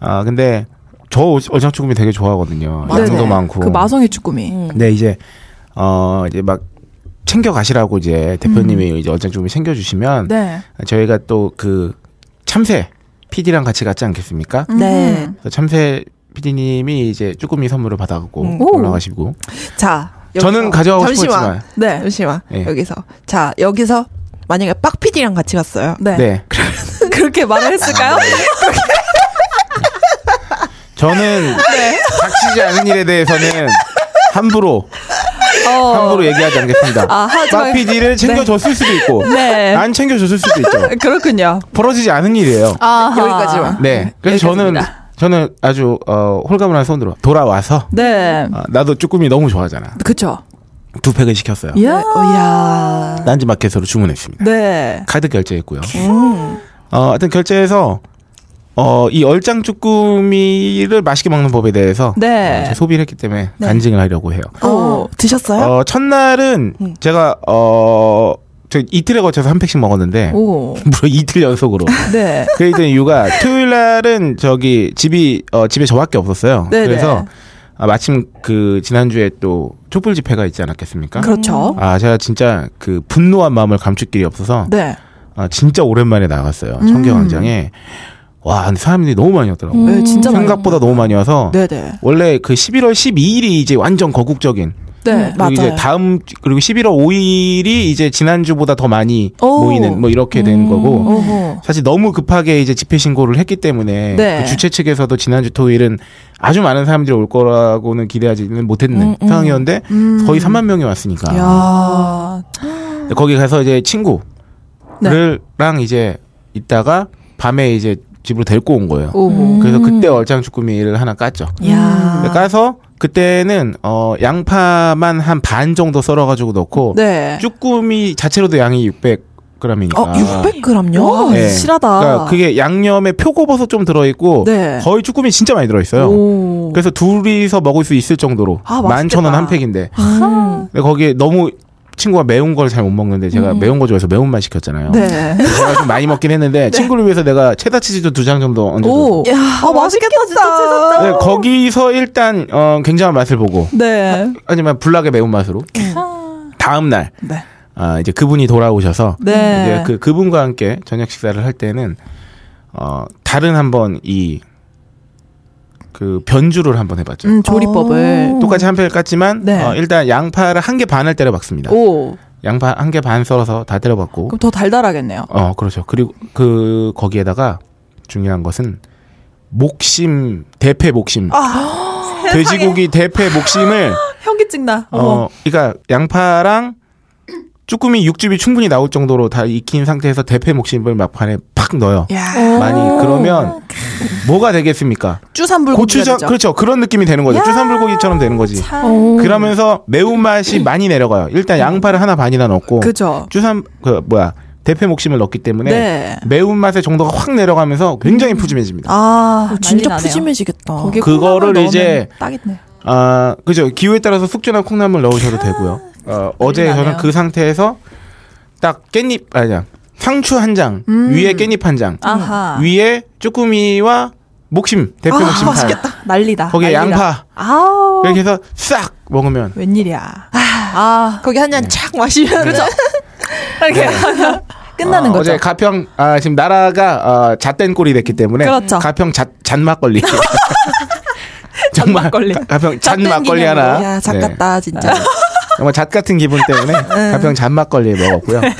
Speaker 4: 아 근데 저 얼짱 쪼꾸미 되게 좋아하거든요. 양도
Speaker 5: 네네.
Speaker 4: 많고.
Speaker 5: 그 마성의 쭈꾸미.
Speaker 4: 근데 이제 어 이제 막 챙겨 가시라고 이제 대표님이 이제 얼짱 쪼꾸미 챙겨 주시면
Speaker 5: 음. 네.
Speaker 4: 저희가 또 그 참새 PD랑 같이 갔지 않겠습니까?
Speaker 6: 네.
Speaker 5: 음.
Speaker 4: 그래서 참새 PD님이 이제 쪼꾸미 선물을 받아갖고
Speaker 6: 음.
Speaker 5: 오.
Speaker 4: 올라가시고
Speaker 6: 자,
Speaker 4: 네. 저는 가져가고
Speaker 6: 잠시만.
Speaker 4: 싶었지만
Speaker 5: 네.
Speaker 6: 잠시만
Speaker 4: 예.
Speaker 6: 여기서 자 여기서 만약에 빡피디랑 같이 갔어요.
Speaker 5: 네.
Speaker 4: 네
Speaker 5: 그렇게 말을 했을까요?
Speaker 4: 저는
Speaker 5: 네.
Speaker 4: 닥치지 않은 일에 대해서는 함부로
Speaker 5: 어.
Speaker 4: 함부로 얘기하지 않겠습니다.
Speaker 5: 아, 하지 말-
Speaker 4: 빡 PD를 챙겨줬을 수도 있고
Speaker 5: 네.
Speaker 4: 안 챙겨줬을 수도 있죠.
Speaker 5: 그렇군요.
Speaker 4: 벌어지지 않은 일이에요.
Speaker 5: 아
Speaker 6: 여기까지만.
Speaker 4: 네 그래서 저는
Speaker 5: 여기까지입니다.
Speaker 4: 저는 아주 어, 홀가분한 손으로 돌아와서
Speaker 5: 네.
Speaker 4: 아, 나도 쭈꾸미 너무 좋아하잖아.
Speaker 5: 그쵸.
Speaker 4: 두 팩을 네. 시켰어요.
Speaker 5: 이야.
Speaker 6: 야.
Speaker 4: 딴지마켓으로 주문했습니다.
Speaker 5: 네.
Speaker 4: 카드 결제했고요.
Speaker 5: 음.
Speaker 4: 어, 하여튼 결제해서 어, 이 얼짱 쭈꾸미를 맛있게 먹는 법에 대해서
Speaker 5: 네.
Speaker 4: 어, 제가 소비를 했기 때문에 간증을 하려고 해요.
Speaker 6: 어, 드셨어요?
Speaker 4: 어, 첫날은
Speaker 5: 네.
Speaker 4: 제가 어, 저 이틀에 걸쳐서 한 팩씩 먹었는데
Speaker 5: 오.
Speaker 4: 무려 이틀 연속으로.
Speaker 5: 네.
Speaker 4: 그랬던 이유가 토요일 날은 저기 집이 어, 집에 저밖에 없었어요.
Speaker 5: 네네.
Speaker 4: 그래서 아, 마침 그 지난주에 또 촛불 집회가 있지 않았겠습니까?
Speaker 5: 그렇죠.
Speaker 4: 아 제가 진짜 그 분노한 마음을 감출 길이 없어서
Speaker 5: 네.
Speaker 4: 아, 진짜 오랜만에 나갔어요
Speaker 5: 음.
Speaker 4: 청계광장에 와 근데 사람들이 너무 많이 왔더라고요
Speaker 5: 네, 진짜 많이
Speaker 4: 생각보다 너무 많이 와서
Speaker 5: 네네.
Speaker 4: 원래 그 11월 12일이 이제 완전 거국적인
Speaker 5: 네.
Speaker 4: 그리고 이제
Speaker 6: 맞아요.
Speaker 4: 다음 주- 그리고 11월 5일이 이제 지난주보다 더 많이
Speaker 5: 오.
Speaker 4: 모이는 뭐 이렇게
Speaker 6: 음.
Speaker 4: 된 거고
Speaker 5: 오호.
Speaker 4: 사실 너무 급하게 이제 집회 신고를 했기 때문에
Speaker 5: 네.
Speaker 4: 그 주최 측에서도 지난주 토요일은 아주 많은 사람들이 올 거라고는 기대하지는 못했는
Speaker 6: 음, 음.
Speaker 4: 상황이었는데
Speaker 5: 음.
Speaker 4: 거의 3만 명이 왔으니까
Speaker 5: 야.
Speaker 4: 근데 거기 가서 이제 친구를랑
Speaker 6: 네.
Speaker 4: 이제 있다가 밤에 이제 집으로 데리고 온 거예요.
Speaker 5: 오호.
Speaker 4: 그래서
Speaker 6: 음.
Speaker 4: 그때 얼짱 주꾸미를 하나 깠죠.
Speaker 6: 야.
Speaker 4: 근데 까서 그때는 어 양파만 한 반 정도 썰어가지고 넣고
Speaker 5: 네.
Speaker 4: 쭈꾸미 자체로도 양이 600g이니까.
Speaker 6: 어, 600g이요? 네.
Speaker 5: 야, 아, 실하다.
Speaker 4: 그러니까 그게 양념에 표고버섯 좀 들어있고
Speaker 5: 네.
Speaker 4: 거의 쭈꾸미 진짜 많이 들어있어요.
Speaker 5: 오.
Speaker 4: 그래서 둘이서 먹을 수 있을 정도로
Speaker 5: 아,
Speaker 4: 만 천 원
Speaker 5: 맛있겠다.
Speaker 4: 한 팩인데 근데 거기에 너무 친구가 매운 걸 잘 못 먹는데 제가 매운 거 좋아해서 매운맛 시켰잖아요.
Speaker 5: 음. 네.
Speaker 4: 제가 좀 많이 먹긴 했는데 친구를 위해서 내가 체다 치즈도 두 장 정도 얹어줬어.
Speaker 5: 오.
Speaker 6: 야,
Speaker 5: 아, 맛있겠다, 진짜 찾았다.
Speaker 4: 네, 거기서 일단 어, 굉장한 맛을 보고
Speaker 5: 네.
Speaker 4: 하지만 불나게 매운 맛으로 다음 날
Speaker 5: 네.
Speaker 4: 아, 이제 그분이 돌아오셔서 이제
Speaker 5: 네.
Speaker 4: 그 그분과 함께 저녁 식사를 할 때는 어, 다른 한번 이 그 변주를 한번 해봤죠.
Speaker 5: 음, 조리법을.
Speaker 4: 똑같이 한 팩을 깠지만
Speaker 5: 네.
Speaker 4: 어, 일단 양파를 한 개 반을 때려 박습니다.
Speaker 5: 오.
Speaker 4: 양파 한 개 반 썰어서 다 때려봤고
Speaker 5: 그럼 더 달달하겠네요.
Speaker 4: 어 그렇죠 그리고 그 거기에다가 중요한 것은 목심 대패 목심
Speaker 5: 아,
Speaker 4: 돼지고기 대패 목심을
Speaker 5: 현기증 나. 어.
Speaker 4: 어 그러니까 양파랑 쭈꾸미 육즙이 충분히 나올 정도로 다 익힌 상태에서 대패 목심을 막판에 팍 넣어요
Speaker 5: 야,
Speaker 4: 많이 그러면 뭐가 되겠습니까
Speaker 5: 아. 쭈산불고기.
Speaker 4: 고추장 그렇죠 그런 느낌이 되는 거죠
Speaker 5: 야.
Speaker 4: 주산불고기처럼 되는 거지
Speaker 5: 참. 음.
Speaker 4: 그러면서 매운맛이 많이 내려가요 일단 양파를 하나 반이나 넣고
Speaker 5: 그죠.
Speaker 4: 주산 그 뭐야 대패 목심을 넣기 때문에
Speaker 5: 네. 음.
Speaker 4: 매운맛의 정도가 확 내려가면서 굉장히 푸짐해집니다.
Speaker 5: 아, 난리
Speaker 6: 진짜
Speaker 5: 나네요.
Speaker 6: 푸짐해지겠다.
Speaker 5: 거기에
Speaker 4: 그거를
Speaker 5: 콩나물
Speaker 4: 이제
Speaker 5: 넣으면 딱이네.
Speaker 4: 아 그죠 기호에 따라서 숙주나 콩나물 넣으셔도 되고요. 어, 어제
Speaker 5: 아. 나네요.
Speaker 4: 저는 그 상태에서 딱 깻잎 아니야 상추 한 장
Speaker 5: 음.
Speaker 4: 위에 깻잎 한 장
Speaker 5: 아하.
Speaker 4: 위에 쭈꾸미와 목심 대패
Speaker 5: 아,
Speaker 4: 목심 반
Speaker 5: 맛있겠다. 난리다.
Speaker 4: 거기에
Speaker 5: 난리다.
Speaker 4: 양파
Speaker 5: 아우.
Speaker 4: 이렇게 해서 싹 먹으면
Speaker 5: 웬일이야. 아,
Speaker 6: 거기
Speaker 4: 네.
Speaker 6: 한 잔 착 마시면 그렇죠.
Speaker 5: 이렇게 네. 끝나는
Speaker 4: 어,
Speaker 5: 거죠.
Speaker 4: 어제 가평 아 지금 나라가 어, 잣된 꼴이 됐기 때문에
Speaker 5: 그렇죠.
Speaker 4: 가평 잣 잣막걸리 정말
Speaker 5: 잣막걸리.
Speaker 4: 가- 가평
Speaker 5: 잣된
Speaker 4: 잣막걸리
Speaker 5: 기념으로.
Speaker 4: 하나
Speaker 6: 야,
Speaker 4: 네.
Speaker 6: 작같다 진짜.
Speaker 4: 정말 잣 같은 기분 때문에 가평 잣막걸리 먹었고요.
Speaker 5: 네,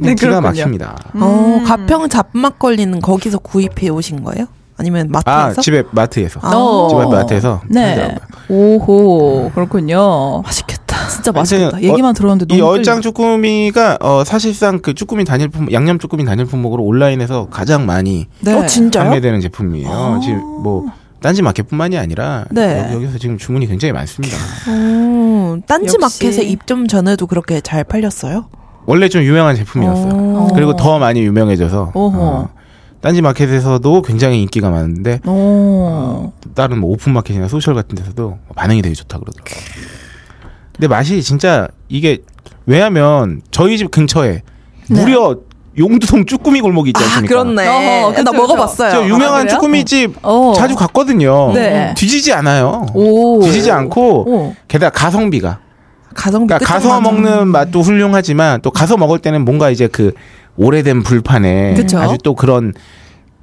Speaker 4: 네, 기가
Speaker 5: 그렇군요.
Speaker 4: 막힙니다.
Speaker 5: 음.
Speaker 6: 어, 가평 잡막걸리는 거기서 구입해 오신 거예요? 아니면
Speaker 4: 아
Speaker 6: 마트에서?
Speaker 4: 집에 마트에서
Speaker 6: 아,
Speaker 5: 어.
Speaker 4: 집에 마트에서
Speaker 5: 네.
Speaker 4: 팔더라고요. 네.
Speaker 5: 오호. 그렇군요. 맛있겠다. 진짜 맛있겠다.
Speaker 4: 아니, 어,
Speaker 5: 얘기만 들었는데
Speaker 4: 이
Speaker 5: 너무
Speaker 4: 얼짱 쭈꾸미가 어, 사실상 그 쭈꾸미 단일 품 양념 쭈꾸미 단일 품목으로 온라인에서 가장 많이
Speaker 5: 네.
Speaker 6: 어 진짜요?
Speaker 4: 판매되는 제품이에요. 지금 뭐 딴지 마켓뿐만이 아니라
Speaker 5: 아. 네.
Speaker 4: 여기- 여기서 지금 주문이 굉장히 많습니다.
Speaker 6: 오, 딴지
Speaker 5: 역시.
Speaker 6: 마켓에 입점 전에도 그렇게 잘 팔렸어요?
Speaker 4: 원래 좀 유명한 제품이었어요.
Speaker 5: 어.
Speaker 4: 그리고 더 많이 유명해져서
Speaker 5: 어허.
Speaker 4: 어, 딴지 마켓에서도 굉장히 인기가 많은데
Speaker 5: 어. 오.
Speaker 4: 다른 뭐 오픈 마켓이나 소셜 같은 데서도 반응이 되게 좋다 그러더라고요. 근데 맛이 진짜 이게 왜냐면 저희 집 근처에 무려 용두동 쭈꾸미 골목이 있지 않습니까?
Speaker 5: 어허, 네. 아, 그렇죠, 그쵸,
Speaker 6: 나
Speaker 5: 그쵸.
Speaker 6: 먹어봤어요.
Speaker 4: 저
Speaker 5: 아,
Speaker 4: 유명한
Speaker 5: 그래요?
Speaker 4: 쭈꾸미 집
Speaker 5: 어.
Speaker 4: 자주 갔거든요.
Speaker 5: 네.
Speaker 4: 뒤지지 않아요.
Speaker 5: 오.
Speaker 4: 뒤지지 않고
Speaker 5: 오.
Speaker 4: 게다가 가성비가
Speaker 6: 가성비
Speaker 4: 그러니까 가서
Speaker 6: 끝장나죠.
Speaker 4: 먹는 맛도 훌륭하지만 또 가서 먹을 때는 뭔가 이제 그 오래된 불판에
Speaker 5: 그쵸.
Speaker 4: 아주 또 그런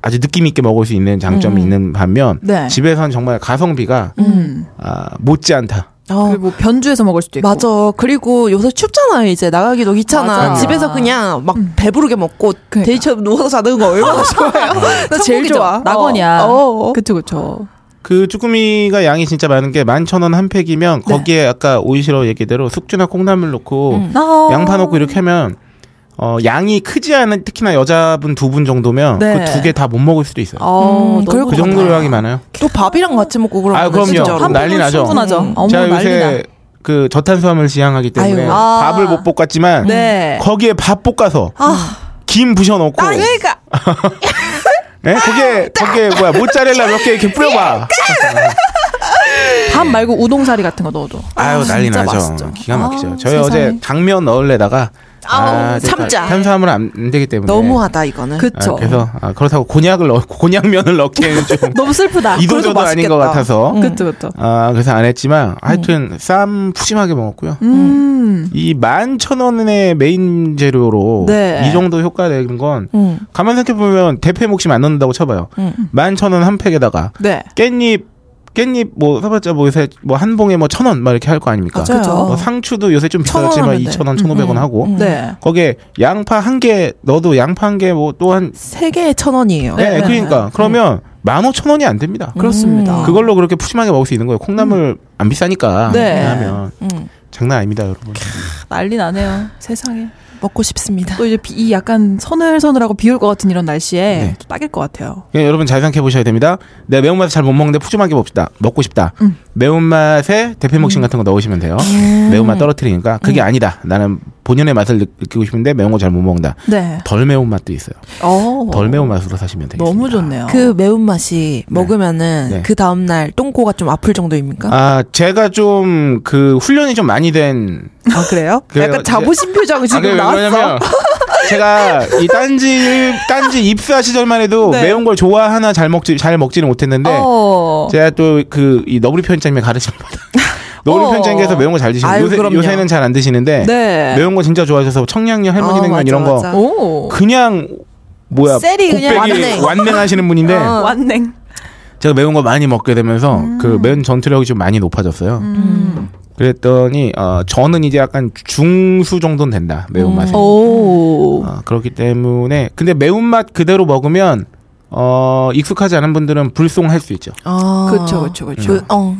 Speaker 4: 아주 느낌 있게 먹을 수 있는 장점이 있는 반면
Speaker 5: 음. 네.
Speaker 4: 집에선 정말 가성비가
Speaker 5: 음.
Speaker 4: 아, 못지않다.
Speaker 6: 어,
Speaker 5: 그리고 변주에서 먹을
Speaker 4: 뭐
Speaker 5: 수도 있고.
Speaker 6: 맞아. 그리고 요새 춥잖아요. 이제 나가기도 귀찮아.
Speaker 5: 맞아. 음.
Speaker 6: 집에서 그냥 막 배부르게 먹고
Speaker 5: 그러니까.
Speaker 6: 데이처럼 누워서 자는 거 얼마나 좋아요. 나 제일
Speaker 5: 천국이죠.
Speaker 6: 좋아.
Speaker 5: 낙원이야.
Speaker 6: 어, 어, 어.
Speaker 5: 그쵸, 그쵸.
Speaker 4: 그 쭈꾸미가 양이 진짜 많은 게 11,000원 한 팩이면
Speaker 5: 네.
Speaker 4: 거기에 아까 오이시러 얘기대로 숙주나 콩나물 넣고
Speaker 5: 아.
Speaker 4: 양파 넣고 이렇게 하면 어 양이 크지 않은 특히나 여자분 두 분 정도면
Speaker 5: 네.
Speaker 4: 그 두 개 다 못 먹을 수도 있어요.
Speaker 5: 어,
Speaker 6: 음, 그럴
Speaker 5: 너무
Speaker 4: 그 정도로
Speaker 5: 좋다.
Speaker 4: 양이 많아요.
Speaker 6: 또 밥이랑 같이 먹고 그러면
Speaker 4: 아, 그럼요.
Speaker 6: 진짜
Speaker 5: 한
Speaker 4: 난리
Speaker 5: 푼은
Speaker 4: 나죠.
Speaker 5: 충분하죠.
Speaker 6: 음.
Speaker 5: 어머,
Speaker 4: 제가
Speaker 5: 난리 나.
Speaker 4: 요새 그 저탄수화물 지향하기 때문에
Speaker 6: 아유.
Speaker 5: 아.
Speaker 4: 밥을 못 볶았지만
Speaker 5: 네.
Speaker 4: 거기에 밥 볶아서 김 부셔 넣고
Speaker 6: 그러니까
Speaker 4: 예?
Speaker 5: 아,
Speaker 4: 거기에 거기에 뭐야 모짜렐라 몇 개 이렇게 뿌려봐.
Speaker 5: 밥 말고 우동사리 같은 거 넣어도.
Speaker 4: 아유 난리
Speaker 5: 진짜
Speaker 4: 나죠.
Speaker 5: 맛있죠.
Speaker 4: 기가 막히죠.
Speaker 5: 아우,
Speaker 4: 저희
Speaker 5: 세상에.
Speaker 4: 어제 당면 넣을래다가
Speaker 6: 아우,
Speaker 4: 이제
Speaker 6: 참자.
Speaker 4: 탄수화물 안, 안 되기 때문에
Speaker 6: 너무하다 이거는.
Speaker 4: 아,
Speaker 5: 그쵸.
Speaker 4: 그래서 아, 그렇다고 곤약을 넣 곤약면을 넣기에는 좀
Speaker 5: 너무 슬프다.
Speaker 4: 이도저도
Speaker 5: 그래도
Speaker 4: 아닌 것
Speaker 5: 맛있겠다. 음.
Speaker 4: 같아서
Speaker 5: 그쵸, 그쵸.
Speaker 4: 아 그래서 안 했지만 하여튼 쌈 푸짐하게 먹었고요.
Speaker 5: 음.
Speaker 4: 이 만 천 원의 메인 재료로
Speaker 5: 네.
Speaker 4: 이 정도 효과 내는 건
Speaker 6: 음.
Speaker 4: 가만 생각해 보면 대패 몫이 안 넣는다고 쳐봐요.
Speaker 6: 음.
Speaker 4: 만 천 원 한 팩에다가
Speaker 5: 네.
Speaker 4: 깻잎 깻잎 뭐 사봤자 뭐 요새 뭐 한 봉에 뭐 천 원 막 이렇게 할 거 아닙니까?
Speaker 5: 맞아요. 그쵸.
Speaker 6: 어,
Speaker 4: 뭐 상추도 요새 좀
Speaker 5: 천원
Speaker 4: 비싸지만
Speaker 5: 하면 돼.
Speaker 4: 이천 원, 천 오백 원 하고
Speaker 5: 네.
Speaker 4: 거기에 양파 한 개 넣어도 양파 한 개 뭐 또한
Speaker 6: 세 개에 천 원이에요.
Speaker 4: 네,
Speaker 5: 네, 네.
Speaker 4: 그러니까 그러면 만 오천 원이 안 됩니다.
Speaker 5: 그렇습니다. 음.
Speaker 6: 음.
Speaker 4: 그걸로 그렇게 푸짐하게 먹을 수 있는 거예요. 콩나물 안 비싸니까
Speaker 5: 네.
Speaker 4: 하면
Speaker 6: 음.
Speaker 4: 장난 아닙니다, 여러분.
Speaker 5: 난리 나네요. 세상에.
Speaker 6: 먹고 싶습니다.
Speaker 5: 또 이제 비, 이 약간 서늘서늘하고 비 올 것 같은 이런 날씨에
Speaker 4: 네.
Speaker 5: 또 딱일 것 같아요.
Speaker 4: 예, 여러분 잘 생각해 보셔야 됩니다. 내가 매운맛을 잘 못 먹는데 푸짐하게 먹다 먹고 싶다.
Speaker 5: 음. 예.
Speaker 4: 매운맛에 대패 먹심 같은 거 넣으시면 돼요. 매운맛 떨어뜨리니까 그게 아니다. 나는 본연의 맛을 느- 느끼고 싶은데 매운 거 잘 못 먹는다.
Speaker 5: 네.
Speaker 4: 덜 매운 맛도 있어요.
Speaker 5: 어.
Speaker 4: 덜 매운 맛으로 사시면 되겠습니다.
Speaker 5: 너무 좋네요.
Speaker 6: 그 매운맛이 먹으면은
Speaker 4: 네.
Speaker 6: 그 다음날 똥꼬가 좀 아플 정도입니까?
Speaker 4: 아, 제가 좀 그 훈련이 좀 많이 된
Speaker 6: 아, 그래요?
Speaker 4: 그래요.
Speaker 6: 약간 자부심 표정
Speaker 4: 아, 그게
Speaker 6: 지금
Speaker 4: 왜
Speaker 6: 나왔어.
Speaker 4: 그러냐면 제가 이 딴지 딴지 입사 시절만 해도
Speaker 5: 네.
Speaker 4: 매운 걸 좋아하나 잘 먹지 잘 먹지는 못했는데
Speaker 5: 어.
Speaker 4: 제가 또 그 이 너구리 편집장님 가르침을 받아. 너구리
Speaker 5: 어.
Speaker 4: 편집장님께서 매운 거 잘 드시는
Speaker 6: 아유,
Speaker 4: 요새
Speaker 6: 그럼요.
Speaker 4: 요새는 잘 안 드시는데
Speaker 5: 네.
Speaker 4: 매운 거 진짜 좋아하셔서 청량리 할머니
Speaker 6: 어,
Speaker 4: 냉면
Speaker 6: 맞아,
Speaker 4: 이런 거
Speaker 6: 맞아.
Speaker 5: 오.
Speaker 4: 그냥 뭐야
Speaker 6: 쎄리 그냥
Speaker 4: 곱빼기
Speaker 6: 완냉.
Speaker 4: 완냉하시는
Speaker 5: 네.
Speaker 4: 분인데
Speaker 6: 어. 음.
Speaker 5: 완냉.
Speaker 4: 제가 매운 거 많이 먹게 되면서 그 매운 전투력이 좀 많이 높아졌어요.
Speaker 5: 음.
Speaker 4: 그랬더니 어, 저는 이제 약간 중수 정도는 된다
Speaker 6: 음.
Speaker 4: 매운맛에.
Speaker 6: 어.
Speaker 5: 오.
Speaker 4: 어, 그렇기 때문에 근데 매운맛 그대로 먹으면 어, 익숙하지 않은 분들은 불송할 수 있죠.
Speaker 6: 아.
Speaker 5: 어. 그쵸, 그쵸, 그쵸.
Speaker 6: 그, 어.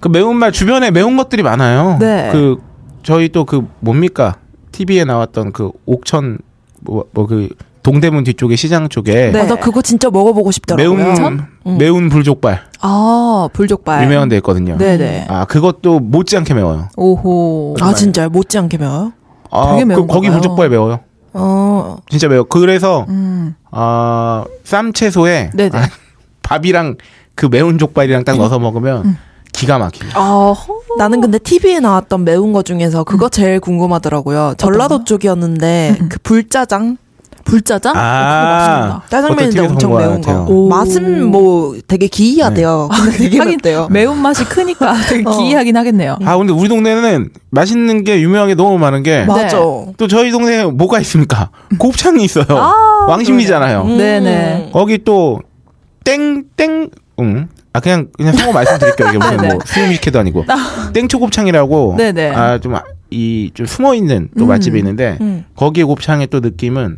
Speaker 4: 그 매운맛 주변에 매운 것들이 많아요.
Speaker 5: 네.
Speaker 4: 그 저희 또 그 뭡니까 TV에 나왔던 그 옥천 뭐 그 동대문 뒤쪽에 시장 쪽에
Speaker 5: 네.
Speaker 6: 아, 나 그거 진짜 먹어보고 싶더라고요.
Speaker 4: 매운
Speaker 6: 음.
Speaker 4: 매운 불족발
Speaker 5: 아, 불족발.
Speaker 4: 유명한 데 있거든요.
Speaker 5: 네네.
Speaker 4: 아 그것도 못지않게 매워요.
Speaker 5: 오호.
Speaker 6: 아, 진짜요? 못지않게 매워요?
Speaker 4: 아,
Speaker 5: 되게
Speaker 4: 그-
Speaker 5: 매운가
Speaker 4: 거기
Speaker 5: 봐요.
Speaker 4: 불족발 매워요.
Speaker 6: 어.
Speaker 4: 진짜 매워. 그래서
Speaker 5: 음.
Speaker 4: 아 쌈채소에
Speaker 5: 네네. 음.
Speaker 4: 아, 밥이랑 그 매운 족발이랑 딱 넣어서 먹으면 기가 막히죠.
Speaker 5: 아,
Speaker 6: 나는 근데 TV에 나왔던 매운 거 중에서 그거 제일 궁금하더라고요. 전라도 쪽이었는데 그 불짜장
Speaker 5: 불짜장?
Speaker 4: 아,
Speaker 6: 짜장면인데
Speaker 4: 그것도 TV에서
Speaker 6: 엄청
Speaker 4: 본것
Speaker 6: 매운 거.
Speaker 4: 같아요. 네.
Speaker 5: 오.
Speaker 6: 맛은 뭐 되게 기이하대요. 근데 되게
Speaker 5: 하긴
Speaker 6: 맵대요.
Speaker 5: 매운맛이 크니까 되게
Speaker 6: 어.
Speaker 5: 기이하긴 하겠네요.
Speaker 4: 아 근데 우리 동네는 맛있는 게 유명한 게 너무 많은 게 또
Speaker 6: 맞아.
Speaker 4: 저희 동네에 뭐가 있습니까?
Speaker 5: 음.
Speaker 4: 곱창이 있어요.
Speaker 5: 아,
Speaker 4: 왕십리잖아요.
Speaker 6: 음.
Speaker 5: 네네.
Speaker 4: 거기 또 땡땡 응. 아 그냥 그냥 성어 말씀드릴게요. 이게 무슨
Speaker 5: 네네.
Speaker 4: 뭐 수염식회도 아니고 땡초곱창이라고
Speaker 5: 네네.
Speaker 4: 아 좀 이 좀 숨어 있는 또
Speaker 5: 음.
Speaker 4: 맛집이 있는데
Speaker 6: 음.
Speaker 4: 거기에 곱창의 또 느낌은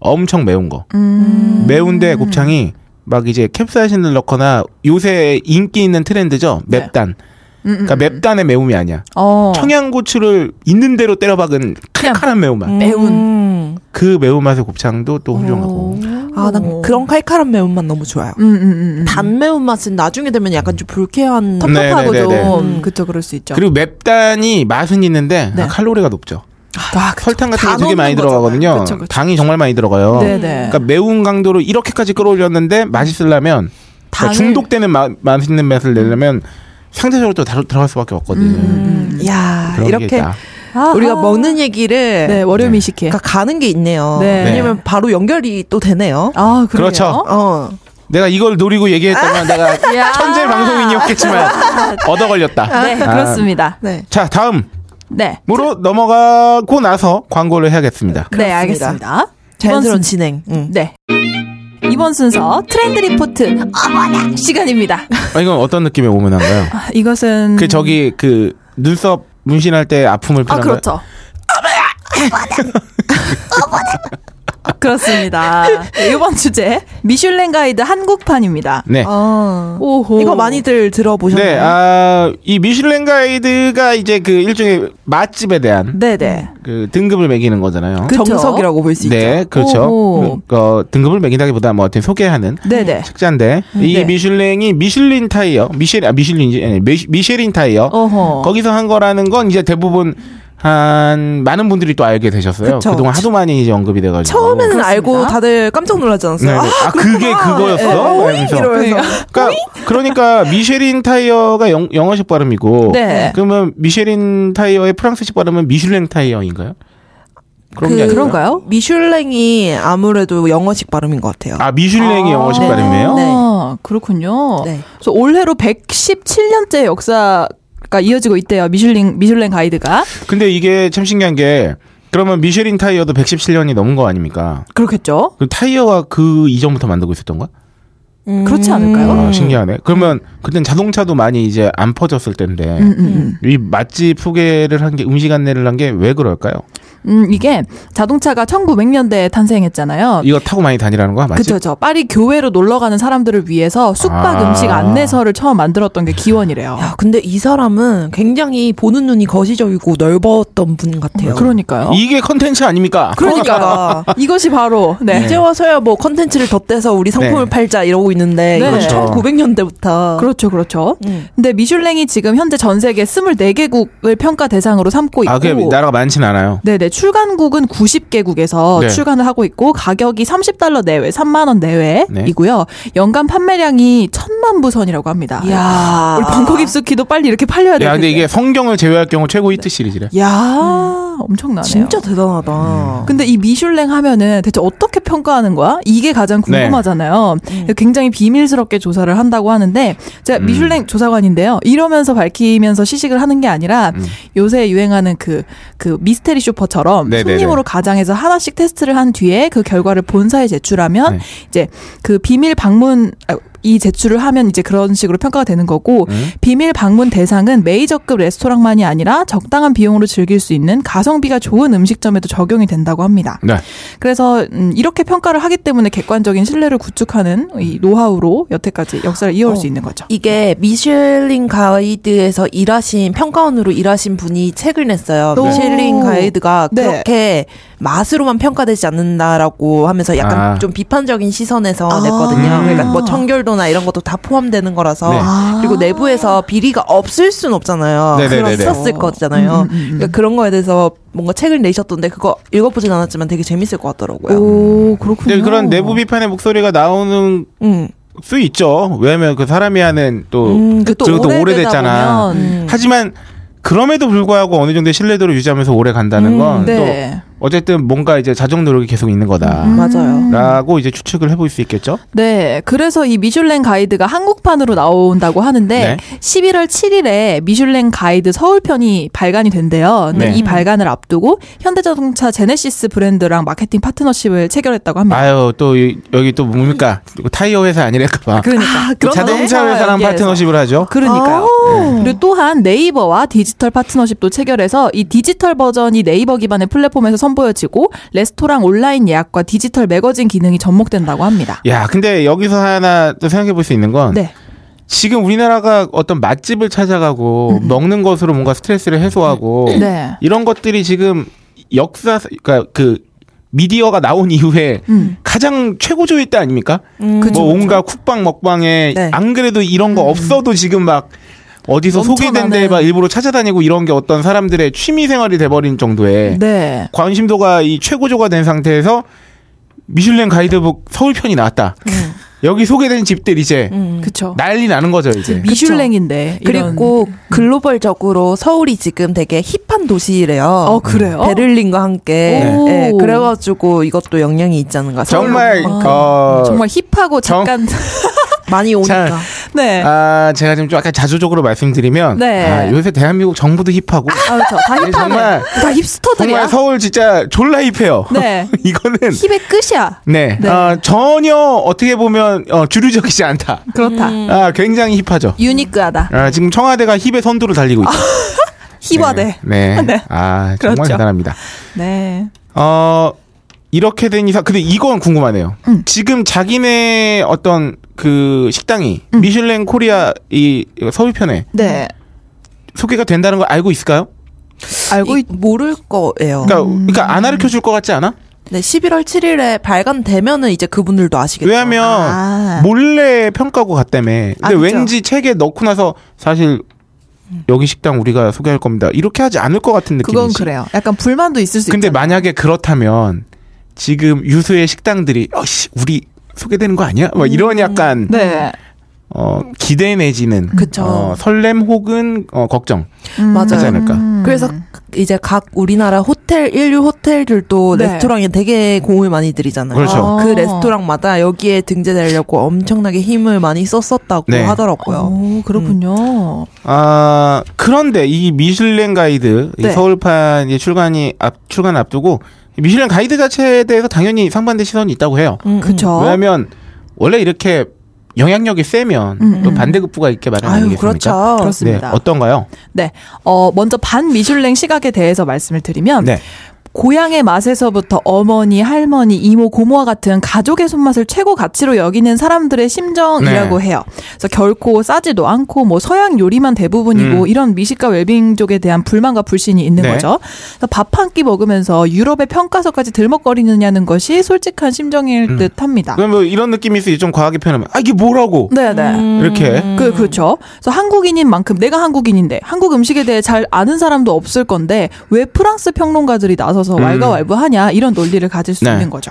Speaker 4: 엄청 매운 거.
Speaker 5: 음.
Speaker 4: 매운데 곱창이 막 이제 캡사이신을 넣거나 요새 인기 있는 트렌드죠
Speaker 5: 네.
Speaker 4: 맵단.
Speaker 5: 음, 음,
Speaker 4: 그러니까 맵단의 매움이 아니야.
Speaker 5: 어.
Speaker 4: 청양고추를 있는 대로 때려박은
Speaker 5: 그냥
Speaker 4: 칼칼한 매운맛.
Speaker 6: 음. 매운.
Speaker 4: 그 매운맛의 곱창도 또 훌륭하고.
Speaker 6: 아, 난 그런 칼칼한 매운맛 너무 좋아요.
Speaker 5: 음, 음, 음, 음.
Speaker 6: 단 매운맛은 나중에 되면 약간 좀 불쾌한. 음.
Speaker 4: 네,
Speaker 5: 텁텁하고
Speaker 4: 네, 네,
Speaker 5: 좀
Speaker 6: 네.
Speaker 5: 그쵸 그럴 수 있죠.
Speaker 4: 그리고 맵단이 맛은 있는데
Speaker 5: 네.
Speaker 4: 아, 칼로리가 높죠.
Speaker 5: 아, 그쵸.
Speaker 4: 설탕 같은
Speaker 6: 다
Speaker 4: 게 되게 많이
Speaker 6: 넣는 거잖아요.
Speaker 4: 들어가거든요.
Speaker 5: 그쵸, 그쵸.
Speaker 4: 당이 정말 많이
Speaker 5: 아,
Speaker 4: 들어가요.
Speaker 5: 네네.
Speaker 4: 그러니까 매운 강도로 이렇게까지 끌어올렸는데 맛있으려면 그러니까
Speaker 5: 당을- 음.
Speaker 4: 중독되는 마, 맛있는 맛을 내려면 상대적으로 또 다루, 들어갈 수밖에 없거든요.
Speaker 6: 음.
Speaker 5: 아,
Speaker 6: 야
Speaker 4: 그런 게
Speaker 6: 이렇게
Speaker 4: 있다.
Speaker 6: 우리가 먹는 얘기를
Speaker 5: 네 월요 미식회.
Speaker 6: 그러니까 가는 게 있네요.
Speaker 5: 네.
Speaker 6: 왜냐면 바로 연결이 또 되네요.
Speaker 5: 아 그래요.
Speaker 4: 그렇죠.
Speaker 6: 어.
Speaker 4: 내가 이걸 노리고 얘기했다면 내가
Speaker 5: 야.
Speaker 4: 천재 방송인이었겠지만 얻어 걸렸다. 아.
Speaker 5: 네 그렇습니다.
Speaker 6: 네.
Speaker 4: 자 다음
Speaker 5: 네.
Speaker 4: 으로 넘어가고 나서 광고를 해야겠습니다.
Speaker 5: 네 알겠습니다. 이번
Speaker 6: 자연스러운
Speaker 5: 순
Speaker 6: 진행. 음. 응.
Speaker 5: 네. 이번 순서 트렌드 리포트 어머나 시간입니다.
Speaker 4: 아, 이건 어떤 느낌의 오문한가요?
Speaker 5: 아, 이것은
Speaker 6: 음.
Speaker 4: 그 저기 그 눈썹 문신할 때 아픔을
Speaker 5: 아
Speaker 4: 표현한
Speaker 5: 그렇죠. 그렇습니다. 네, 이번 주제 미슐랭 가이드 한국판입니다.
Speaker 4: 네.
Speaker 6: 어.
Speaker 5: 오호.
Speaker 6: 이거 많이들 들어보셨나요?
Speaker 4: 네, 아, 이 미슐랭 가이드가 이제 그 일종의 맛집에 대한
Speaker 5: 네네.
Speaker 4: 그 등급을 매기는 거잖아요.
Speaker 5: 그쵸?
Speaker 6: 정석이라고 볼 수 있죠.
Speaker 4: 네, 그렇죠.
Speaker 5: 오호.
Speaker 4: 그, 어, 등급을 매긴다기보다 뭐 어떤 소개하는
Speaker 5: 네네.
Speaker 4: 책자인데
Speaker 6: 음,
Speaker 4: 이
Speaker 5: 네.
Speaker 4: 미슐랭이 미슐린 타이어, 미셸 아 미슐린지 아니 미, 미쉐린 타이어
Speaker 5: 어허.
Speaker 4: 거기서 한 거라는 건 이제 대부분 한 많은 분들이 또 알게 되셨어요.
Speaker 6: 그쵸.
Speaker 4: 그동안 하도 많이 이제 언급이 돼가지고
Speaker 6: 처음에는
Speaker 5: 그렇습니다.
Speaker 6: 알고 다들 깜짝 놀라지
Speaker 4: 네,
Speaker 6: 않았어요?
Speaker 4: 네.
Speaker 6: 아, 네,
Speaker 4: 아, 그게 그거였어. 그렇죠. 이러면서.
Speaker 6: 이러면서.
Speaker 4: 그러니까, 그러니까 미쉐린 타이어가 영, 영어식 발음이고
Speaker 5: 네.
Speaker 4: 그러면 미쉐린 타이어의 프랑스식 발음은 미슐랭 타이어인가요? 그런 게 아닌가요?
Speaker 5: 음. 그런가요?
Speaker 6: 미슐랭이 아무래도 영어식 발음인 것 같아요.
Speaker 4: 아 미슐랭이 영어식
Speaker 6: 네.
Speaker 4: 발음이에요?
Speaker 6: 네.
Speaker 5: 아, 그렇군요.
Speaker 6: 네.
Speaker 5: 그래서 올해로 117년째 역사가 이어지고 있대요. 미슐랭 미슐랭 가이드가.
Speaker 4: 근데 이게 참 신기한 게 그러면 미쉐린 타이어도 117년이 넘은 거 아닙니까?
Speaker 5: 그렇겠죠?
Speaker 4: 그 타이어가 그 이전부터 만들고 있었던 거야?
Speaker 6: 음.
Speaker 5: 그렇지 않을까요?
Speaker 4: 아, 신기하네. 그러면 그땐 자동차도 많이 이제 안 퍼졌을 때인데
Speaker 5: 음, 음, 음.
Speaker 4: 이 맛집 소개를 한 게 음식 안내를 한 게 왜 그럴까요?
Speaker 5: 음, 이게 자동차가 1900년대에 탄생했잖아요.
Speaker 4: 이거 타고 많이 다니라는 거야, 맞지?
Speaker 5: 그쵸, 저 파리 교외로 놀러 가는 사람들을 위해서 숙박
Speaker 4: 아.
Speaker 5: 음식 안내서를 처음 만들었던 게 기원이래요.
Speaker 6: 야, 근데 이 사람은 굉장히 보는 눈이 거시적이고 넓었던 분 같아요.
Speaker 5: 그러니까요.
Speaker 4: 이게 컨텐츠 아닙니까?
Speaker 6: 그러니까.
Speaker 5: 이것이 바로 네.
Speaker 6: 이제 와서야 뭐 컨텐츠를 덧대서 우리 상품을
Speaker 4: 네.
Speaker 6: 팔자 이러고
Speaker 5: 네.
Speaker 6: 있는데 이건
Speaker 5: 그렇죠.
Speaker 6: 1900년대부터
Speaker 5: 그렇죠, 그렇죠.
Speaker 6: 음.
Speaker 5: 근데 미슐랭이 지금 현재 전 세계 24개국을 평가 대상으로 삼고 있고
Speaker 4: 아, 그 나라가 많진 않아요.
Speaker 5: 네네 출간국은 90개국에서
Speaker 4: 네.
Speaker 5: 출간을 하고 있고 가격이 30달러 내외, 3만 원 내외이고요.
Speaker 4: 네.
Speaker 5: 연간 판매량이 천만 부 선이라고 합니다.
Speaker 6: 야.
Speaker 5: 우리 방콕 입스키도 빨리 이렇게 팔려야 네. 돼.
Speaker 4: 야, 근데 이게 성경을 제외할 경우 최고 히트 시리즈래.
Speaker 5: 야 엄청나네요.
Speaker 4: 음.
Speaker 6: 진짜
Speaker 4: 어.
Speaker 6: 대단하다.
Speaker 5: 근데 이 미슐랭 하면은 대체 어떻게 평가하는 거야? 이게 가장
Speaker 4: 네.
Speaker 5: 궁금하잖아요. 굉장히 비밀스럽게 조사를 한다고 하는데 제가
Speaker 4: 음.
Speaker 5: 미슐랭 조사관인데요. 이러면서 밝히면서 시식을 하는 게 아니라
Speaker 4: 음.
Speaker 5: 요새 유행하는 그 그 미스테리 쇼퍼처럼
Speaker 4: 네네네.
Speaker 5: 손님으로 가장해서 하나씩 테스트를 한 뒤에 그 결과를 본사에 제출하면
Speaker 4: 네.
Speaker 5: 이제 그 비밀 방문 아, 이 제출을 하면 이제 그런 식으로 평가가 되는 거고
Speaker 4: 음?
Speaker 5: 비밀 방문 대상은 메이저급 레스토랑만이 아니라 적당한 비용으로 즐길 수 있는 가성비가 좋은 음식점에도 적용이 된다고 합니다.
Speaker 4: 네.
Speaker 5: 그래서 음, 이렇게 평가를 하기 때문에 객관적인 신뢰를 구축하는
Speaker 4: 음.
Speaker 5: 이 노하우로 여태까지 역사를 이어올
Speaker 6: 어.
Speaker 5: 수 있는 거죠.
Speaker 6: 이게 미슐린 가이드에서 일하신 평가원으로 일하신 분이 책을 냈어요.
Speaker 5: 네.
Speaker 6: 미슐린 가이드가
Speaker 5: 네.
Speaker 6: 그렇게 맛으로만 평가되지 않는다라고 하면서 약간
Speaker 4: 아.
Speaker 6: 좀 비판적인 시선에서
Speaker 5: 아.
Speaker 6: 냈거든요.
Speaker 4: 음.
Speaker 6: 그러니까 뭐 청결도나 이런 것도 다 포함되는 거라서
Speaker 4: 네.
Speaker 6: 그리고 내부에서 비리가 없을 순 없잖아요.
Speaker 4: 네네네네.
Speaker 5: 어.
Speaker 6: 없었을
Speaker 5: 음,
Speaker 6: 거잖아요. 그러니까 그런 거에 대해서 뭔가 책을 내셨던데 그거 읽어보진 않았지만 되게 재밌을 것 같더라고요.
Speaker 5: 오 그렇군요.
Speaker 4: 근데 네, 그런 내부 비판의 목소리가 나오는
Speaker 6: 음.
Speaker 4: 수 있죠. 왜냐면 그 사람이 하는 또
Speaker 6: 음, 그
Speaker 5: 또
Speaker 4: 저것도
Speaker 5: 오래되다
Speaker 4: 오래됐잖아.
Speaker 5: 보면
Speaker 6: 음.
Speaker 4: 하지만 그럼에도 불구하고 어느 정도의 신뢰도를 유지하면서 오래 간다는
Speaker 6: 음,
Speaker 4: 건 또
Speaker 5: 네.
Speaker 4: 어쨌든 뭔가 이제 자정 노력이 계속 있는
Speaker 5: 음.
Speaker 4: 거다.
Speaker 6: 맞아요.
Speaker 4: 라고 이제 추측을 해볼 수 있겠죠.
Speaker 5: 네, 그래서 이 미슐랭 가이드가 한국판으로 나온다고
Speaker 4: 네.
Speaker 5: 하는데 11월 7일에 미슐랭 가이드 서울편이 발간이 된대요. 근데
Speaker 4: 네.
Speaker 5: 이 발간을 앞두고 현대자동차 제네시스 브랜드랑 마케팅 파트너십을 체결했다고 합니다.
Speaker 4: 아유 또 이- 여기 또 뭡니까 그 타이어 회사 아니랄까봐
Speaker 5: 그러니까
Speaker 6: 아, 그렇네.
Speaker 4: 자동차 회사랑
Speaker 5: 여기에서.
Speaker 4: 파트너십을 하죠.
Speaker 5: 그러니까요.
Speaker 6: 아.
Speaker 5: 그리고 또한 네이버와 디지털 파트너십도 체결해서 이 디지털 버전이 네이버 기반의 플랫폼에서 선보여지고 레스토랑 온라인 예약과 디지털 매거진 기능이 접목된다고 합니다.
Speaker 4: 야 근데 여기서 하나 또 생각해 볼 수 있는 건
Speaker 5: 네.
Speaker 4: 지금 우리나라가 어떤 맛집을 찾아가고 먹는 것으로 뭔가 스트레스를 해소하고
Speaker 5: 음. 네.
Speaker 4: 이런 것들이 지금 역사 그러니까 그 미디어가 나온 이후에
Speaker 5: 음.
Speaker 4: 가장 최고조일 때 아닙니까?
Speaker 6: 음.
Speaker 5: 그쵸, 음.
Speaker 4: 뭐 온갖 쿡방 먹방에
Speaker 6: 네.
Speaker 4: 안 그래도 이런 거 없어도 지금 막 어디서 소개된
Speaker 5: 넘쳐나는-
Speaker 4: 데에 막 일부러 찾아다니고 이런 게 어떤 사람들의 취미 생활이 돼버린 정도의
Speaker 5: 네.
Speaker 4: 관심도가 이 최고조가 된 상태에서 미슐랭 가이드북 서울편이 나왔다.
Speaker 5: 음.
Speaker 4: 여기 소개된 집들 이제
Speaker 6: 음.
Speaker 5: 그렇죠.
Speaker 4: 난리 나는 거죠 이제.
Speaker 5: 미슐랭인데 이런-
Speaker 6: 그리고 글로벌적으로 서울이 지금 되게 힙한 도시래요.
Speaker 5: 어 그래요?
Speaker 6: 베를린과 함께.
Speaker 5: 오.
Speaker 6: 예, 그래가지고 이것도 영향이 있지 않은가. 서울
Speaker 4: 정말
Speaker 5: 아,
Speaker 4: 어,
Speaker 5: 정말 힙하고
Speaker 4: 정-
Speaker 5: 잠깐
Speaker 6: 많이 오니까.
Speaker 4: 잘-
Speaker 5: 네.
Speaker 4: 아 제가 지금 좀 약간 자주적으로 말씀드리면
Speaker 5: 네.
Speaker 4: 아, 요새 대한민국 정부도 힙하고
Speaker 5: 아, 그렇죠. 다
Speaker 4: 아니,
Speaker 5: 힙하네.
Speaker 4: 정말-
Speaker 5: 다 힙스터들이야.
Speaker 4: 정말 서울 진짜 졸라 힙해요.
Speaker 5: 네.
Speaker 4: 이거는
Speaker 5: 힙의 끝이야.
Speaker 4: 네,
Speaker 5: 네.
Speaker 4: 아, 전혀 어떻게 보면 어, 주류적이지 않다.
Speaker 5: 그렇다.
Speaker 4: 아 굉장히 힙하죠.
Speaker 5: 유니크하다.
Speaker 4: 아, 지금 청와대가 힙의 선두를 달리고 있죠.
Speaker 5: 아, 힙화대.
Speaker 4: 네. 네.
Speaker 5: 네.
Speaker 4: 아 정말
Speaker 5: 그렇죠.
Speaker 4: 대단합니다.
Speaker 5: 네.
Speaker 4: 어 이렇게 된 이상 근데 이건 궁금하네요.
Speaker 5: 음.
Speaker 4: 지금 자기네 어떤 그 식당이 미슐랭 코리아 이 서울편에
Speaker 5: 네.
Speaker 4: 소개가 된다는 걸 알고 있을까요?
Speaker 5: 알고
Speaker 6: 이- 모를 거예요.
Speaker 4: 그러니까
Speaker 5: 음.
Speaker 4: 그러니까 안 가르쳐 줄 것 같지 않아?
Speaker 6: 네, 11월 7일에 발간되면은 이제 그분들도 아시겠죠.
Speaker 4: 왜냐면
Speaker 5: 아.
Speaker 4: 뭐 몰래 평가고 갔다며. 근데
Speaker 5: 아, 그죠.
Speaker 4: 왠지 책에 넣고 나서 사실 여기 식당 우리가 소개할 겁니다. 이렇게 하지 않을 것 같은 느낌이지.
Speaker 5: 그건 그래요. 약간 불만도 있을 수
Speaker 4: 근데
Speaker 5: 있잖아요.
Speaker 4: 만약에 그렇다면 지금 유수의 식당들이 어씨 우리 소개되는 거 아니야? 막
Speaker 5: 음.
Speaker 4: 이런 약간
Speaker 5: 네.
Speaker 4: 어, 기대 내지는
Speaker 6: 음, 그쵸.
Speaker 4: 어, 설렘 혹은 어, 걱정 하지
Speaker 6: 맞아요.
Speaker 4: 않을까.
Speaker 5: 음.
Speaker 6: 그래서 이제 각 우리나라 호텔 일류 호텔들도
Speaker 5: 네.
Speaker 6: 레스토랑에 되게 공을 많이 들이잖아요.
Speaker 4: 그렇죠.
Speaker 6: 그
Speaker 5: 아.
Speaker 6: 레스토랑마다 여기에 등재되려고 엄청나게 힘을 많이 썼었다고
Speaker 4: 네.
Speaker 6: 하더라고요.
Speaker 5: 오, 어, 그렇군요.
Speaker 4: 아 그런데 이 미슐랭 가이드 이
Speaker 5: 네.
Speaker 4: 서울판 이 출간이 앞 출간 앞두고 미슐랭 가이드 자체에 대해서 당연히 상반된 시선이 있다고 해요.
Speaker 6: 음, 음.
Speaker 5: 그쵸.
Speaker 4: 왜냐하면 원래 이렇게 영향력이 세면
Speaker 5: 음, 음.
Speaker 4: 또 반대급부가 있게 마련
Speaker 6: 아유,
Speaker 4: 아니겠습니까?
Speaker 6: 그렇죠.
Speaker 4: 네,
Speaker 5: 그렇습니다.
Speaker 4: 어떤가요?
Speaker 5: 네. 어, 먼저 반 미슐랭 시각에 대해서 말씀을
Speaker 6: 음.
Speaker 5: 드리면
Speaker 4: 네.
Speaker 5: 고향의 맛에서부터 어머니, 할머니, 이모, 고모와 같은 가족의 손맛을 최고 가치로 여기는 사람들의 심정이라고
Speaker 4: 네.
Speaker 5: 해요. 그래서 결코 싸지도 않고 뭐 서양 요리만 대부분이고
Speaker 4: 음.
Speaker 5: 이런 미식가 웰빙족에 대한 불만과 불신이 있는
Speaker 4: 네.
Speaker 5: 거죠. 그래서 밥 한 끼 먹으면서 유럽의 평가서까지 들먹거리느냐는 것이 솔직한 심정일 듯합니다.
Speaker 4: 음. 그럼 뭐 이런 느낌일 수 있죠. 좀 과하게 표현하면 아 이게 뭐라고
Speaker 5: 네, 네.
Speaker 6: 음.
Speaker 4: 이렇게
Speaker 5: 그 그렇죠. 그래서 한국인인 만큼 내가 한국인인데 한국 음식에 대해 잘 아는 사람도 없을 건데 왜 프랑스 평론가들이 나서서
Speaker 4: 음.
Speaker 5: 왈가왈부하냐 이런 논리를 가질 수
Speaker 4: 네.
Speaker 5: 있는 거죠.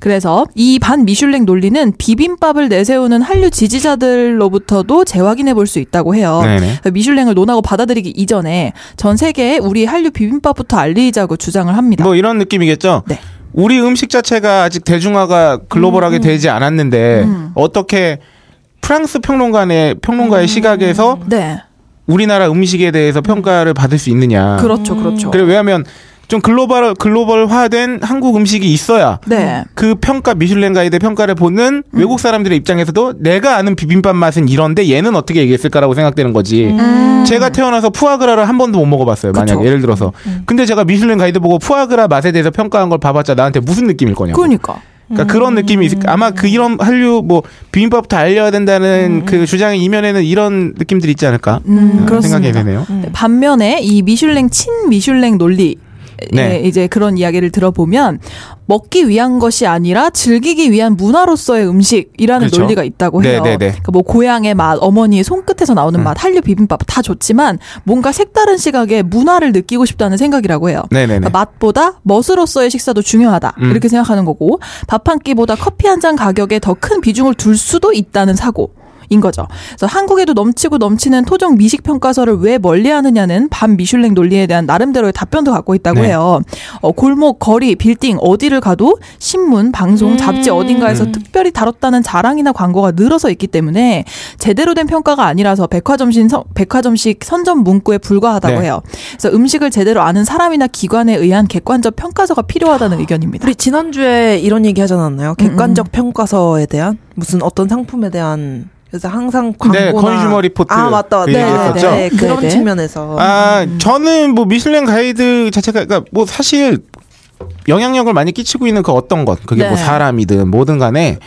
Speaker 5: 그래서 이 반 미슐랭 논리는 비빔밥을 내세우는 한류 지지자들로부터도 재확인해 볼 수 있다고
Speaker 6: 어.
Speaker 5: 해요.
Speaker 4: 네네.
Speaker 5: 그래서 미슐랭을 논하고 받아들이기 이전에 전 세계에 우리 한류 비빔밥부터 알리자고 주장을 합니다.
Speaker 4: 뭐 이런 느낌이겠죠.
Speaker 5: 네.
Speaker 4: 우리 음식 자체가 아직 대중화가 글로벌하게
Speaker 5: 음,
Speaker 4: 되지 않았는데 어떻게 프랑스 평론가의 평론가의 시각에서
Speaker 5: 네,
Speaker 4: 우리나라 음식에 대해서 평가를 받을 수 있느냐.
Speaker 5: 그렇죠, 그렇죠.
Speaker 4: 아. 그래 왜냐하면 좀 글로벌 글로벌화된 한국 음식이 있어야
Speaker 5: 네.
Speaker 4: 그 평가 미슐랭 가이드 평가를 보는
Speaker 5: 음.
Speaker 4: 외국 사람들의 입장에서도 내가 아는 비빔밥 맛은 이런데 얘는 어떻게 얘기했을까라고 생각되는 거지. 제가 태어나서 푸아그라를 한 번도 못 먹어봤어요. 만약
Speaker 5: 음. 그쵸. 음.
Speaker 4: 예를 들어서. 근데 제가 미슐랭 가이드 보고 푸아그라 맛에 대해서 평가한 걸 봐봤자 나한테 무슨 느낌일 거냐고.
Speaker 5: 그러니까.
Speaker 4: 그러니까 그런 느낌이 있을 아마 그 이런 한류 뭐 비빔밥도 알려야 된다는 그 주장의 이면에는 이런 느낌들이 있지 않을까
Speaker 5: 음,
Speaker 4: 어, 생각이
Speaker 5: 그렇습니다.
Speaker 4: 되네요.
Speaker 5: 네, 반면에 이 미슐랭 친 미슐랭 논리
Speaker 4: 네.
Speaker 5: 의 이제 그런 이야기를 들어보면 먹기 위한 것이 아니라 즐기기 위한 문화로서의 음식이라는
Speaker 4: 그렇죠.
Speaker 5: 논리가 있다고 해요.
Speaker 4: 네, 음. 네, 네.
Speaker 5: 그러니까 뭐 고향의 맛, 어머니의 손끝에서 나오는 맛, 한류 비빔밥 다 좋지만 뭔가 색다른 시각에 문화를 느끼고 싶다는 생각이라고 해요.
Speaker 4: 네네네.
Speaker 5: 그러니까 맛보다 멋으로서의 식사도 중요하다
Speaker 4: 음.
Speaker 5: 이렇게 생각하는 거고 밥 한 끼보다 커피 한 잔 가격에 더 큰 비중을 둘 수도 있다는 사고. 인 거죠. 그래서 한국에도 넘치고 넘치는 토종 미식 평가서를 왜 멀리하느냐는 반 미슐랭 논리에 대한 나름대로의 답변도 갖고 있다고
Speaker 4: 네.
Speaker 5: 해요. 어, 골목, 거리, 빌딩 어디를 가도 신문, 방송, 잡지 어딘가에서
Speaker 4: 음.
Speaker 5: 특별히 다뤘다는 자랑이나 광고가 늘어서 있기 때문에 제대로 된 평가가 아니라서 백화점식 선- 백화점식 선전 문구에 불과하다고
Speaker 4: 네.
Speaker 5: 해요. 그래서 음식을 제대로 아는 사람이나 기관에 의한 객관적 평가서가 필요하다는 의견입니다.
Speaker 6: 우리 지난주에 이런 얘기 하지 않았나요? 객관적 평가서에 대한 무슨 어떤 상품에 대한 그래서 항상 광고나
Speaker 4: 네, 컨슈머 리포트
Speaker 6: 아 맞다 맞다
Speaker 4: 그 얘기했었죠?
Speaker 6: 네, 네, 그런
Speaker 5: 네네.
Speaker 6: 측면에서
Speaker 4: 아
Speaker 5: 음.
Speaker 4: 저는 뭐 미슐랭 가이드 자체가 그러니까 뭐 사실 영향력을 많이 끼치고 있는 그 어떤 것 그게
Speaker 5: 네.
Speaker 4: 뭐 사람이든 뭐든 간에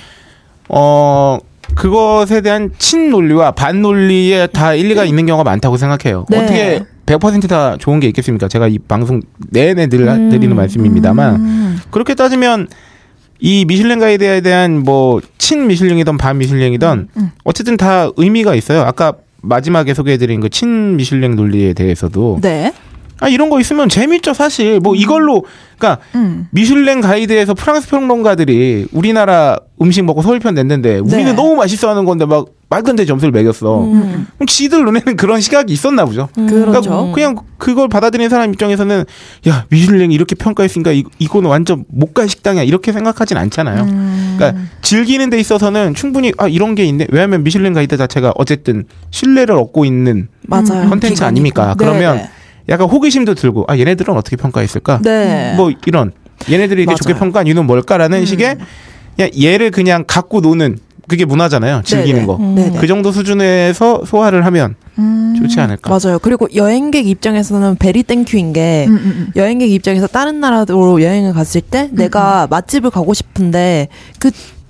Speaker 4: 어 그것에 대한 친논리와 반논리에 다 일리가 있는 경우가 많다고 생각해요.
Speaker 5: 네.
Speaker 4: 어떻게 100%다 좋은 게 있겠습니까? 제가 이 방송 내내 늘
Speaker 5: 음.
Speaker 4: 하- 드리는 말씀입니다만 그렇게 따지면 이 미슐랭 가이드에 대한 뭐 친 미슐랭이든 반 미슐랭이든 어쨌든 다 의미가 있어요. 아까 마지막에 소개해드린 그 친 미슐랭 논리에 대해서도
Speaker 5: 네.
Speaker 4: 아 이런 거 있으면 재밌죠 사실 뭐 이걸로 그러니까
Speaker 5: 음.
Speaker 4: 미슐랭 가이드에서 프랑스 평론가들이 우리나라 음식 먹고 서울편 냈는데 우리는
Speaker 5: 네.
Speaker 4: 너무 맛있어하는 건데 막 말도 안 되는 점수를 매겼어.
Speaker 6: 음.
Speaker 5: 음.
Speaker 4: 그럼 지들 눈에는 그런 시각이 있었나 보죠.
Speaker 5: 그렇죠.
Speaker 6: 음.
Speaker 4: 그냥 그걸 받아들인 사람 입장에서는 야 미슐랭 이렇게 평가했으니까 이, 이거는 완전 못 갈 식당이야 이렇게 생각하진 않잖아요.
Speaker 5: 음.
Speaker 4: 그러니까 즐기는 데 있어서는 충분히 아 이런 게 있네. 왜냐하면 미슐랭 가이드 자체가 어쨌든 신뢰를 얻고 있는
Speaker 6: 맞아요.
Speaker 4: 컨텐츠 아닙니까?
Speaker 5: 네,
Speaker 4: 그러면
Speaker 5: 네.
Speaker 4: 약간 호기심도 들고 아 얘네들은 어떻게 평가했을까?
Speaker 5: 네. 음.
Speaker 4: 뭐 이런 얘네들이 이렇게
Speaker 6: 맞아요.
Speaker 4: 좋게 평가한 이유는 뭘까라는 식의 그냥 얘를 그냥 갖고 노는 그게 문화잖아요. 즐기는
Speaker 5: 네네.
Speaker 4: 거.
Speaker 5: 네, 음. 네.
Speaker 4: 그 정도 수준에서 소화를 하면 좋지 않을까.
Speaker 6: 맞아요. 그리고 여행객 입장에서는 베리 땡큐인 게
Speaker 5: 음, 음, 음.
Speaker 6: 여행객 입장에서 다른 나라로 여행을 갔을 때 내가 맛집을 가고 싶은데 그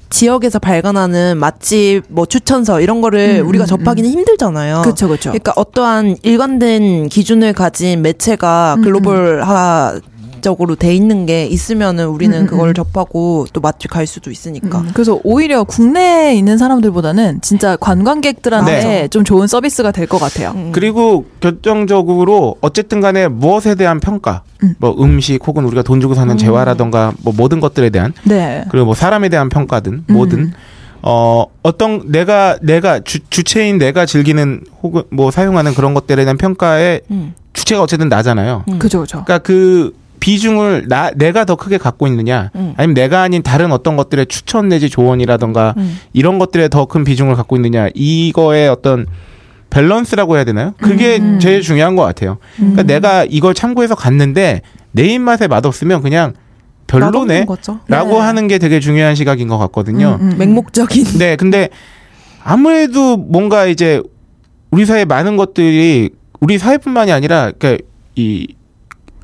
Speaker 6: 지역에서 발간하는 맛집 뭐 추천서 이런 거를
Speaker 5: 음,
Speaker 6: 우리가
Speaker 5: 음,
Speaker 6: 접하기는
Speaker 4: 어.
Speaker 6: 힘들잖아요.
Speaker 5: 그렇죠.
Speaker 4: 예,
Speaker 5: 그렇죠.
Speaker 6: 그러니까 어떠한 일관된 기준을 가진
Speaker 5: 음,
Speaker 6: 매체가 글로벌화 적으로 돼 있는 게 있으면은 우리는
Speaker 5: 음, 음,
Speaker 6: 그걸
Speaker 5: 음.
Speaker 6: 접하고 또 맛집 갈 수도 있으니까.
Speaker 4: 그러니까.
Speaker 5: 음, 그래서 오히려 국내에 있는 사람들보다는 진짜 관광객들한테
Speaker 4: 네.
Speaker 5: 좀 좋은 서비스가 될 것 같아요.
Speaker 6: 음.
Speaker 4: 그리고 결정적으로 어쨌든 간에 무엇에 대한 평가,
Speaker 5: 음.
Speaker 4: 뭐 음식 혹은 우리가 돈 주고 사는 재화라던가 뭐 모든 것들에 대한
Speaker 5: 네.
Speaker 4: 그리고 뭐 사람에 대한 평가든 뭐든 어 어떤 내가 내가 주, 주체인 내가 즐기는 혹은 뭐 사용하는 그런 것들에 대한 평가의
Speaker 6: 음.
Speaker 4: 주체가 어쨌든 나잖아요.
Speaker 5: 그죠, 그죠.
Speaker 4: 그러니까 그 비중을 나 내가 더 크게 갖고 있느냐
Speaker 6: 음.
Speaker 4: 아니면 내가 아닌 다른 어떤 것들의 추천 내지 조언이라던가
Speaker 6: 음.
Speaker 4: 이런 것들에 더 큰 비중을 갖고 있느냐 이거의 어떤 밸런스라고 해야 되나요? 그게
Speaker 6: 음,
Speaker 4: 제일 중요한 것 같아요. 그러니까 내가 이걸 참고해서 갔는데 내 입맛에 맛없으면 그냥 별로네
Speaker 6: 맛없는 거죠. 네.
Speaker 4: 라고 하는 게 되게 중요한 시각인 것 같거든요.
Speaker 5: 음, 음.
Speaker 6: 맹목적인
Speaker 4: 네, 근데 아무래도 뭔가 이제 우리 사회 많은 것들이 우리 사회뿐만이 아니라 그러니까 이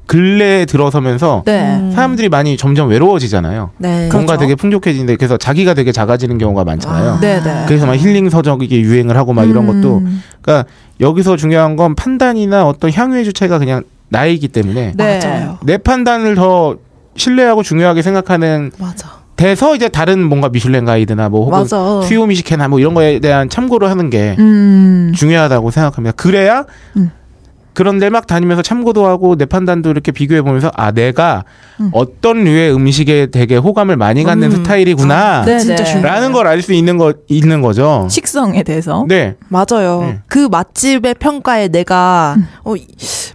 Speaker 4: 근래에 들어서면서
Speaker 5: 네.
Speaker 4: 사람들이 많이 점점 외로워지잖아요.
Speaker 6: 네.
Speaker 4: 뭔가
Speaker 5: 그렇죠.
Speaker 4: 되게 풍족해지는데 그래서 자기가 되게 작아지는 경우가 많잖아요.
Speaker 6: 아.
Speaker 5: 네, 네.
Speaker 4: 그래서 막 힐링 서적이 유행을 하고 막 이런 것도
Speaker 5: 음.
Speaker 4: 그러니까 여기서 중요한 건 판단이나 어떤 향유의 주체가 그냥 나이기 때문에
Speaker 5: 네.
Speaker 6: 맞아요.
Speaker 4: 내 판단을 더 신뢰하고 중요하게 생각하는
Speaker 6: 맞아.
Speaker 4: 돼서 이제 다른 뭔가 미슐랭 가이드나 어, 뭐 혹은
Speaker 5: 어.
Speaker 6: 맞아.
Speaker 4: 수요미식회나 뭐 이런 거에 대한 참고를 하는 게
Speaker 5: 음.
Speaker 4: 중요하다고 생각합니다. 그래야
Speaker 5: 음.
Speaker 4: 그런데 막 다니면서 참고도 하고 내 판단도 이렇게 비교해 보면서 아 내가
Speaker 5: 음.
Speaker 4: 어떤 류의 음식에 되게 호감을 많이 갖는 스타일이구나
Speaker 5: 네,
Speaker 6: 진짜
Speaker 5: 음. 네.
Speaker 6: 중요해요.
Speaker 4: 라는 걸 알 수 있는 거 있는 거죠.
Speaker 5: 식성에 대해서.
Speaker 4: 네.
Speaker 6: 맞아요.
Speaker 4: 네.
Speaker 6: 그 맛집의 평가에 내가
Speaker 5: 음.
Speaker 6: 어, 이-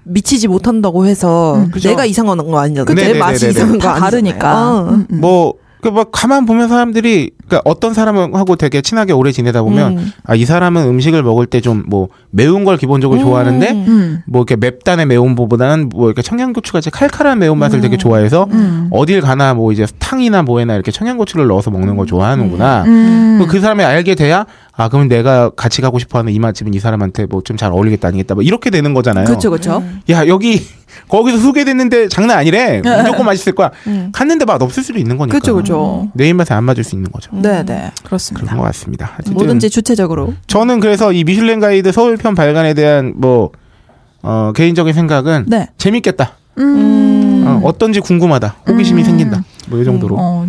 Speaker 6: 미치지 못한다고 해서
Speaker 4: 그죠.
Speaker 6: 내가 이상한 거 아니잖아요.
Speaker 4: 그쵸.
Speaker 6: 내 맛이
Speaker 4: 네네네네네.
Speaker 6: 이상한 거
Speaker 5: 다
Speaker 6: 아니잖아요.
Speaker 5: 다르니까.
Speaker 6: 어.
Speaker 5: 음, 음.
Speaker 4: 뭐 그 막 가만 보면 사람들이 그러니까 어떤 사람하고 되게 친하게 오래 지내다 보면
Speaker 6: 음.
Speaker 4: 아 이 사람은 음식을 먹을 때 좀 뭐 매운 걸 기본적으로 뭐 좋아하는데
Speaker 5: 음.
Speaker 4: 뭐 이렇게 맵단의 매운보다는 뭐 이렇게 청양고추 같이 칼칼한 매운맛을 되게 좋아해서
Speaker 5: 음.
Speaker 4: 어딜 가나 뭐 이제 탕이나 뭐에나 이렇게 청양고추를 넣어서 먹는 거 좋아하는구나.
Speaker 5: 음.
Speaker 4: 그 사람이 알게 돼야 아 그럼 내가 같이 가고 싶어하는 이 맛집은 이 사람한테 뭐 좀 잘 어울리겠다 아니겠다 뭐 이렇게 되는 거잖아요.
Speaker 5: 그렇죠, 그렇죠.
Speaker 4: 야 여기 거기서 소개됐는데 장난 아니래 무조건 맛있을 거야
Speaker 6: 음.
Speaker 4: 갔는데 맛 없을 수도 있는 거니까
Speaker 5: 예, 그렇죠, 그렇죠.
Speaker 4: 내 입맛에 안 맞을 수 있는 거죠
Speaker 5: 네, 네, 그렇습니다.
Speaker 4: 그런 것 같습니다 어쨌든
Speaker 5: 뭐든지 주체적으로.
Speaker 4: 저는 그래서 이 미슐랭 가이드 서울편 발간에 대한 뭐 어, 개인적인 생각은
Speaker 5: 네.
Speaker 4: 재밌겠다
Speaker 5: 음.
Speaker 4: 어, 어떤지 궁금하다 호기심이
Speaker 5: 음.
Speaker 4: 생긴다 뭐 이 정도로
Speaker 5: 어.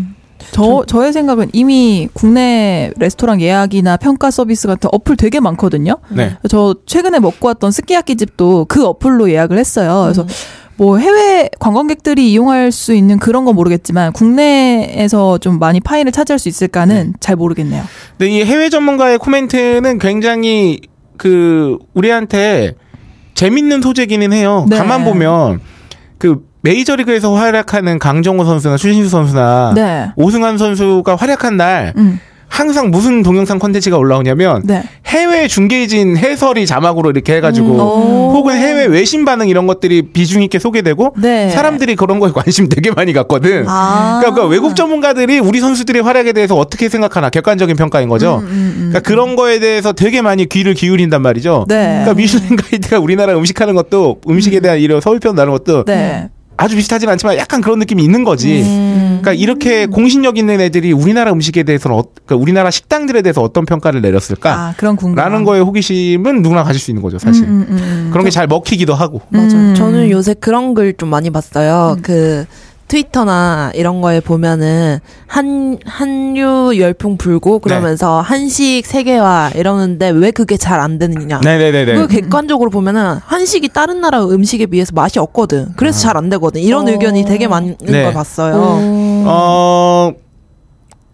Speaker 5: 저 저의 생각은 이미 국내 레스토랑 예약이나 평가 서비스 같은 어플 되게 많거든요.
Speaker 4: 네
Speaker 5: 저 최근에 먹고 왔던 스키야키 집도 그 어플로 예약을 했어요. 그래서 뭐 해외 관광객들이 이용할 수 있는 그런 건 모르겠지만 국내에서 좀 많이 파일을 차지할 수 있을까는 잘 모르겠네요.
Speaker 4: 근데 이 해외 전문가의 코멘트는 굉장히 그 우리한테 재밌는 소재기는 해요.
Speaker 5: 네.
Speaker 4: 가만 보면 그 메이저리그에서 활약하는 강정호 선수나 추신수 선수나
Speaker 5: 네.
Speaker 4: 오승환 선수가 활약한 날
Speaker 5: 음.
Speaker 4: 항상 무슨 동영상 콘텐츠가 올라오냐면
Speaker 5: 네.
Speaker 4: 해외 중계진 해설이 자막으로 이렇게
Speaker 6: 음,
Speaker 5: 음,
Speaker 4: 해가지고 혹은 해외 외신 반응 이런 것들이 비중 있게 소개되고
Speaker 5: 네.
Speaker 4: 사람들이 그런 거에 관심 되게 많이 갖거든.
Speaker 5: 아.
Speaker 4: 그러니까 외국 전문가들이 우리 선수들의 활약에 대해서 어떻게 생각하나 객관적인 평가인 거죠.
Speaker 5: 음.
Speaker 4: 그러니까 그런 거에 대해서 되게 많이 귀를 기울인단 말이죠.
Speaker 5: 네.
Speaker 4: 그러니까 미슐랭 가이드가 우리나라 음식하는 것도 음식에 대한 이런 서울편 나는 것도
Speaker 5: 네.
Speaker 4: 아주 비슷하진 않지만 약간 그런 느낌이 있는 거지.
Speaker 6: 음.
Speaker 4: 그러니까 이렇게 공신력 있는 애들이 우리나라 음식에 대해서는 어, 그러니까 우리나라 식당들에 대해서 어떤 평가를 내렸을까?
Speaker 5: 아, 음, 그런 궁금.
Speaker 4: 그러니까 라는 거에 호기심은 누구나 가질 수 있는 거죠, 사실. 그런 게 잘 먹히기도 하고.
Speaker 6: 맞아요.
Speaker 5: 음.
Speaker 6: 저는 요새 그런 글 좀 많이
Speaker 4: 음.
Speaker 6: 봤어요. 그 트위터나 이런 거에 보면은 한 한류 열풍
Speaker 4: 네.
Speaker 6: 불고 그러면서 한식 세계화 이러는데 왜 그게 잘 안 되느냐.
Speaker 4: 네네네네.
Speaker 6: 그 객관적으로 보면은 한식이 다른 나라 음식에 비해서 맛이 없거든. 그래서 잘 안 되거든. 이런
Speaker 5: 어.
Speaker 6: 의견이 되게 많은
Speaker 4: 아. 네.
Speaker 6: 걸 봤어요.
Speaker 5: 음.
Speaker 4: 어,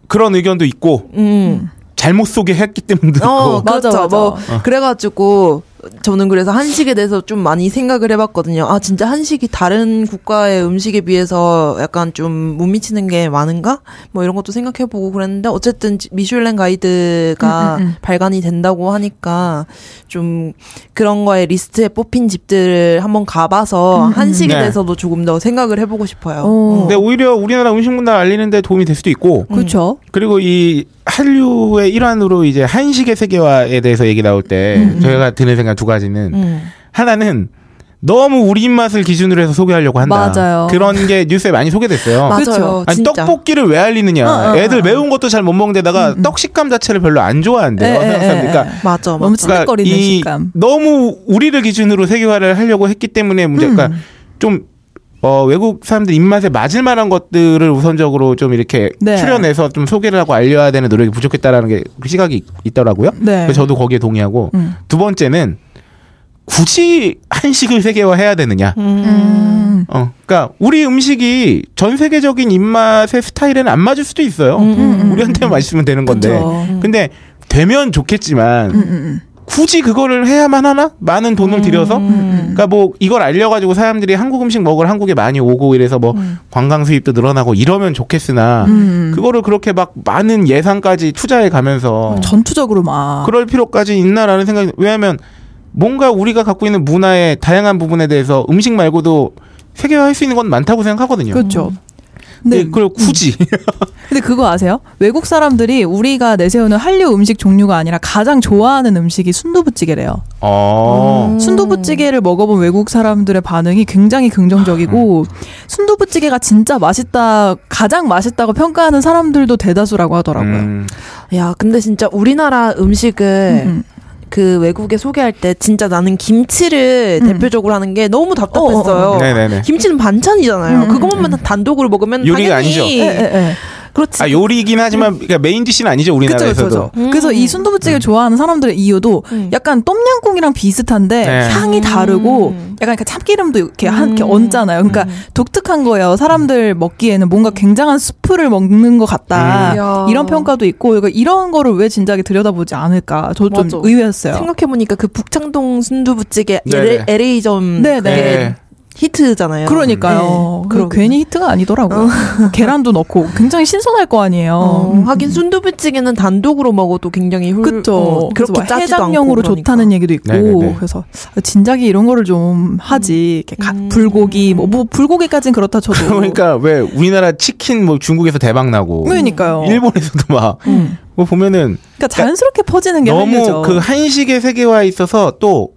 Speaker 4: 그런 의견도 있고,
Speaker 6: 음.
Speaker 4: 잘못 소개했기 때문도 있고.
Speaker 6: 어,
Speaker 4: 어.
Speaker 6: 그렇죠.
Speaker 5: 맞아, 맞아.
Speaker 6: 뭐 그래가지고 저는 그래서 한식에 대해서 좀 많이 생각을 해봤거든요. 아 진짜 한식이 다른 국가의 음식에 비해서 약간 좀 못 미치는 게 많은가? 뭐 이런 것도 생각해보고 그랬는데 어쨌든 지- 미슐랭 가이드가
Speaker 5: 음,
Speaker 6: 발간이 된다고 하니까 좀 그런 거에 리스트에 뽑힌 집들을 한번 가봐서 한식에
Speaker 4: 네.
Speaker 6: 대해서도 조금 더 생각을 해보고 싶어요.
Speaker 5: 음,
Speaker 6: 음.
Speaker 5: 오.
Speaker 4: 근데 오히려 우리나라 음식 문화 알리는데 도움이 될 수도 있고
Speaker 5: 그렇죠.
Speaker 4: 그리고 이 한류의 일환으로 이제 한식의 세계화에 대해서 얘기 나올 때
Speaker 5: 음,
Speaker 4: 저희가 드는 생각 두 가지는
Speaker 6: 음.
Speaker 4: 하나는 너무 우리 입맛을 기준으로 해서 소개하려고 한다.
Speaker 5: 맞아요.
Speaker 4: 그런 게 뉴스에 많이 소개됐어요.
Speaker 6: 맞아요.
Speaker 5: 그쵸.
Speaker 4: 아니
Speaker 6: 진짜.
Speaker 4: 떡볶이를 왜 알리느냐?
Speaker 5: 어, 어,
Speaker 4: 애들
Speaker 5: 어. 음,
Speaker 4: 매운 것도 잘 못 먹는데다가 떡 식감 자체를 별로 안 좋아한대요.
Speaker 5: 에, 에,
Speaker 4: 한국 사람들이.
Speaker 5: 에,
Speaker 4: 그러니까
Speaker 6: 맞아,
Speaker 5: 너무
Speaker 4: 그러니까
Speaker 6: 맞아.
Speaker 5: 찌릿거리는
Speaker 4: 이
Speaker 5: 식감.
Speaker 4: 너무 우리를 기준으로 세계화를 하려고 했기 때문에 문제. 그러니까
Speaker 5: 음.
Speaker 4: 좀 어, 외국 사람들 입맛에 맞을 만한 것들을 우선적으로 좀 이렇게
Speaker 5: 네.
Speaker 4: 출연해서 좀 소개를 하고 알려야 되는 노력이 부족했다라는 게그 시각이 있- 있더라고요.
Speaker 5: 네.
Speaker 4: 그래서 저도 거기에 동의하고
Speaker 5: 음.
Speaker 4: 두 번째는 굳이 한식을 세계화해야 되느냐.
Speaker 5: 음.
Speaker 4: 어, 그러니까 우리 음식이 전 세계적인 입맛의 스타일에는 안 맞을 수도 있어요. 우리한테만 맛있으면 되는 건데.
Speaker 5: 음, 그쵸. 음.
Speaker 4: 근데 되면 좋겠지만 굳이 그거를 해야만 하나? 많은
Speaker 5: 음.
Speaker 4: 돈을 들여서? 그러니까 뭐 이걸 알려가지고 사람들이 한국 음식 먹으러 한국에 많이 오고 이래서 뭐
Speaker 5: 음.
Speaker 4: 관광 수입도 늘어나고 이러면 좋겠으나 그거를 그렇게 막 많은 예산까지 투자해 가면서
Speaker 5: 어, 전투적으로 막.
Speaker 4: 그럴 필요까지 있나라는 생각이 왜냐하면 뭔가 우리가 갖고 있는 문화의 다양한 부분에 대해서 음식 말고도 세계화할 수 있는 건 많다고 생각하거든요. 네.
Speaker 5: 그렇죠. 음.
Speaker 4: 근데
Speaker 5: 근데,
Speaker 4: 그걸 굳이
Speaker 5: 근데 그거 아세요? 외국 사람들이 우리가 내세우는 한류 음식 종류가 아니라 가장 좋아하는 음식이 순두부찌개래요.
Speaker 4: 어.
Speaker 5: 순두부찌개를 먹어본 외국 사람들의 반응이 굉장히 긍정적이고 순두부찌개가 진짜 맛있다, 가장 맛있다고 평가하는 사람들도 대다수라고 하더라고요.
Speaker 4: 음.
Speaker 6: 야, 근데 진짜 우리나라 음식을
Speaker 5: 음.
Speaker 6: 그 외국에 소개할 때 진짜 나는 김치를
Speaker 5: 음.
Speaker 6: 대표적으로 하는 게 너무 답답했어요.
Speaker 5: 어, 어,
Speaker 4: 어. 네네네.
Speaker 6: 김치는 반찬이잖아요.
Speaker 5: 음,
Speaker 6: 그것만 단독으로 먹으면
Speaker 4: 요리가
Speaker 6: 당연히
Speaker 5: 예, 예, 예.
Speaker 6: 그렇지.
Speaker 4: 아 요리이긴 하지만 그러니까 메인 디시는 아니죠
Speaker 5: 그쵸, 음. 그쵸,
Speaker 4: 우리나라에서도.
Speaker 5: 그쵸.
Speaker 6: 음.
Speaker 5: 그래서 이 순두부찌개 를 좋아하는 사람들의 이유도
Speaker 6: 음.
Speaker 5: 약간 똠양꿍이랑 비슷한데
Speaker 4: 네.
Speaker 5: 향이 다르고
Speaker 6: 음.
Speaker 5: 약간 이렇게 참기름도 이렇게 한 이렇게
Speaker 6: 음.
Speaker 5: 얹잖아요. 그러니까 독특한 거예요. 사람들 먹기에는 뭔가 굉장한 수프를 먹는 것 같다.
Speaker 6: 음. 이야.
Speaker 5: 이런 평가도 있고 그러니까 이런 거를 왜 진작에 들여다보지 않을까. 저 좀
Speaker 6: 맞아.
Speaker 5: 의외였어요.
Speaker 6: 생각해보니까 그 북창동 순두부찌개
Speaker 4: 네, 네네.
Speaker 6: LA점
Speaker 5: 네네.
Speaker 4: 네.
Speaker 6: 히트잖아요.
Speaker 5: 그러니까요.
Speaker 6: 네,
Speaker 5: 그리고
Speaker 6: 그럼-
Speaker 5: 괜히 히트가 아니더라고요. 계란도 넣고 굉장히 신선할 거 아니에요.
Speaker 6: 어, 하긴 순두부찌개는 단독으로 먹어도 굉장히 훌,
Speaker 5: 음, 그쵸.
Speaker 6: 어,
Speaker 5: 그래서
Speaker 6: 그렇게
Speaker 5: 막
Speaker 6: 짜지도
Speaker 5: 해장용으로
Speaker 6: 않고 그러니까.
Speaker 5: 좋다는 얘기도 있고
Speaker 4: 네네네.
Speaker 5: 그래서 진작에 이런 거를 좀 하지. 이렇게 가-
Speaker 6: 음.
Speaker 5: 불고기 뭐, 뭐 불고기까진 그렇다 쳐도
Speaker 4: 그러니까 왜 우리나라 치킨 뭐 중국에서 대박 나고
Speaker 5: 그러니까요.
Speaker 4: 일본에서도 막 뭐
Speaker 5: 음.
Speaker 4: 보면은
Speaker 5: 그러니까 자연스럽게 퍼지는 게 한류죠.
Speaker 4: 너무 그 한식의 세계화에 있어서 또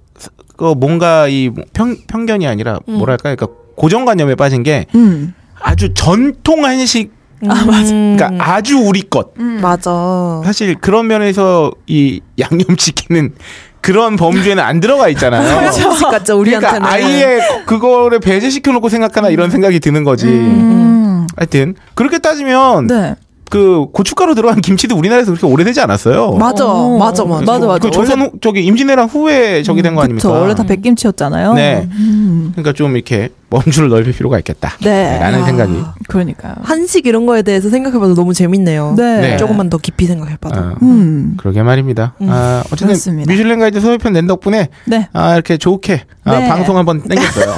Speaker 4: 그 뭔가 이 편, 편견이 아니라
Speaker 6: 음.
Speaker 4: 뭐랄까 그러니까 고정관념에 빠진 게
Speaker 5: 음.
Speaker 4: 아주 전통 한식
Speaker 6: 아 맞아.
Speaker 4: 그러니까 음. 아주 우리 것
Speaker 5: 음.
Speaker 6: 맞아. 음.
Speaker 4: 사실 그런 면에서 이 양념치킨은 그런 범주에는 안 들어가 있잖아요.
Speaker 5: 그렇죠.
Speaker 6: 음식 같죠
Speaker 4: 그러니까
Speaker 6: 우리한테는.
Speaker 4: 아예 그거를 배제시켜 놓고 생각하나 이런 생각이 드는 거지.
Speaker 5: 음.
Speaker 4: 하여튼 그렇게 따지면
Speaker 5: 네.
Speaker 4: 그 고춧가루 들어간 김치도 우리나라에서 그렇게 오래되지 않았어요.
Speaker 6: 맞아,
Speaker 5: 어.
Speaker 6: 맞아, 맞아.
Speaker 5: 맞아, 맞아. 음,
Speaker 4: 그 조선 후- 저기 임진왜란 후에 저기 된 거 아닙니까?
Speaker 5: 그쵸. 원래 다 백김치였잖아요.
Speaker 4: 네.
Speaker 5: 음.
Speaker 4: 그러니까 좀 이렇게 범주를 넓힐 필요가 있겠다.
Speaker 5: 네.
Speaker 4: 라는 생각이.
Speaker 5: 그러니까요.
Speaker 6: 한식 이런 거에 대해서 생각해봐도 너무 재밌네요.
Speaker 5: 네.
Speaker 4: 네.
Speaker 6: 조금만 더 깊이 생각해봐도.
Speaker 4: 어,
Speaker 5: 음.
Speaker 4: 그러게 말입니다. 아, 어쨌든
Speaker 5: 그렇습니다.
Speaker 4: 뮤슐랭 가이드 소외편 낸 덕분에
Speaker 5: 네.
Speaker 4: 아, 이렇게 좋게 아,
Speaker 5: 네.
Speaker 4: 방송 한번 땡겼어요.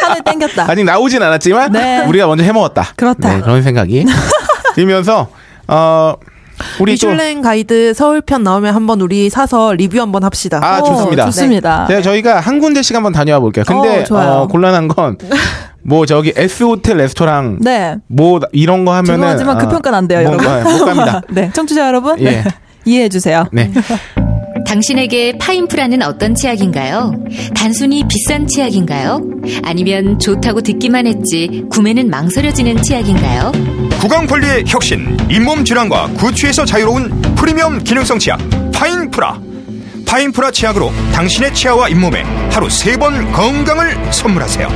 Speaker 5: 하늘 땡겼다.
Speaker 4: 아직 나오진 않았지만
Speaker 5: 네.
Speaker 4: 우리가 먼저 해먹었다.
Speaker 5: 그렇다.
Speaker 4: 네, 그런 생각이 들면서 어, 우리 또
Speaker 6: 미슐랭 가이드 서울편 나오면 한번 우리 사서 리뷰 한번 합시다.
Speaker 4: 아,
Speaker 5: 어,
Speaker 4: 좋습니다.
Speaker 5: 좋습니다.
Speaker 4: 제가 저희가 한 군데씩 한번 다녀와 볼게요. 근데
Speaker 5: 어, 좋아요.
Speaker 4: 어, 곤란한 건 뭐 저기 S 호텔 레스토랑
Speaker 5: 네.
Speaker 4: 뭐 이런 거 하면은
Speaker 5: 죄송하지만 그
Speaker 4: 아,
Speaker 5: 평가는 안 돼요,
Speaker 4: 뭐,
Speaker 5: 여러분.
Speaker 4: 아, 못 갑니다.
Speaker 5: 네, 청취자 여러분.
Speaker 4: 예.
Speaker 5: 네. 이해해 주세요.
Speaker 4: 네.
Speaker 1: 당신에게 파인프라는 어떤 치약인가요? 단순히 비싼 치약인가요? 아니면 좋다고 듣기만 했지 구매는 망설여지는 치약인가요?
Speaker 7: 구강 관리의 혁신, 잇몸 질환과 구취에서 자유로운 프리미엄 기능성 치약 파인프라. 파인프라 치약으로 당신의 치아와 잇몸에 하루 세 번 건강을 선물하세요.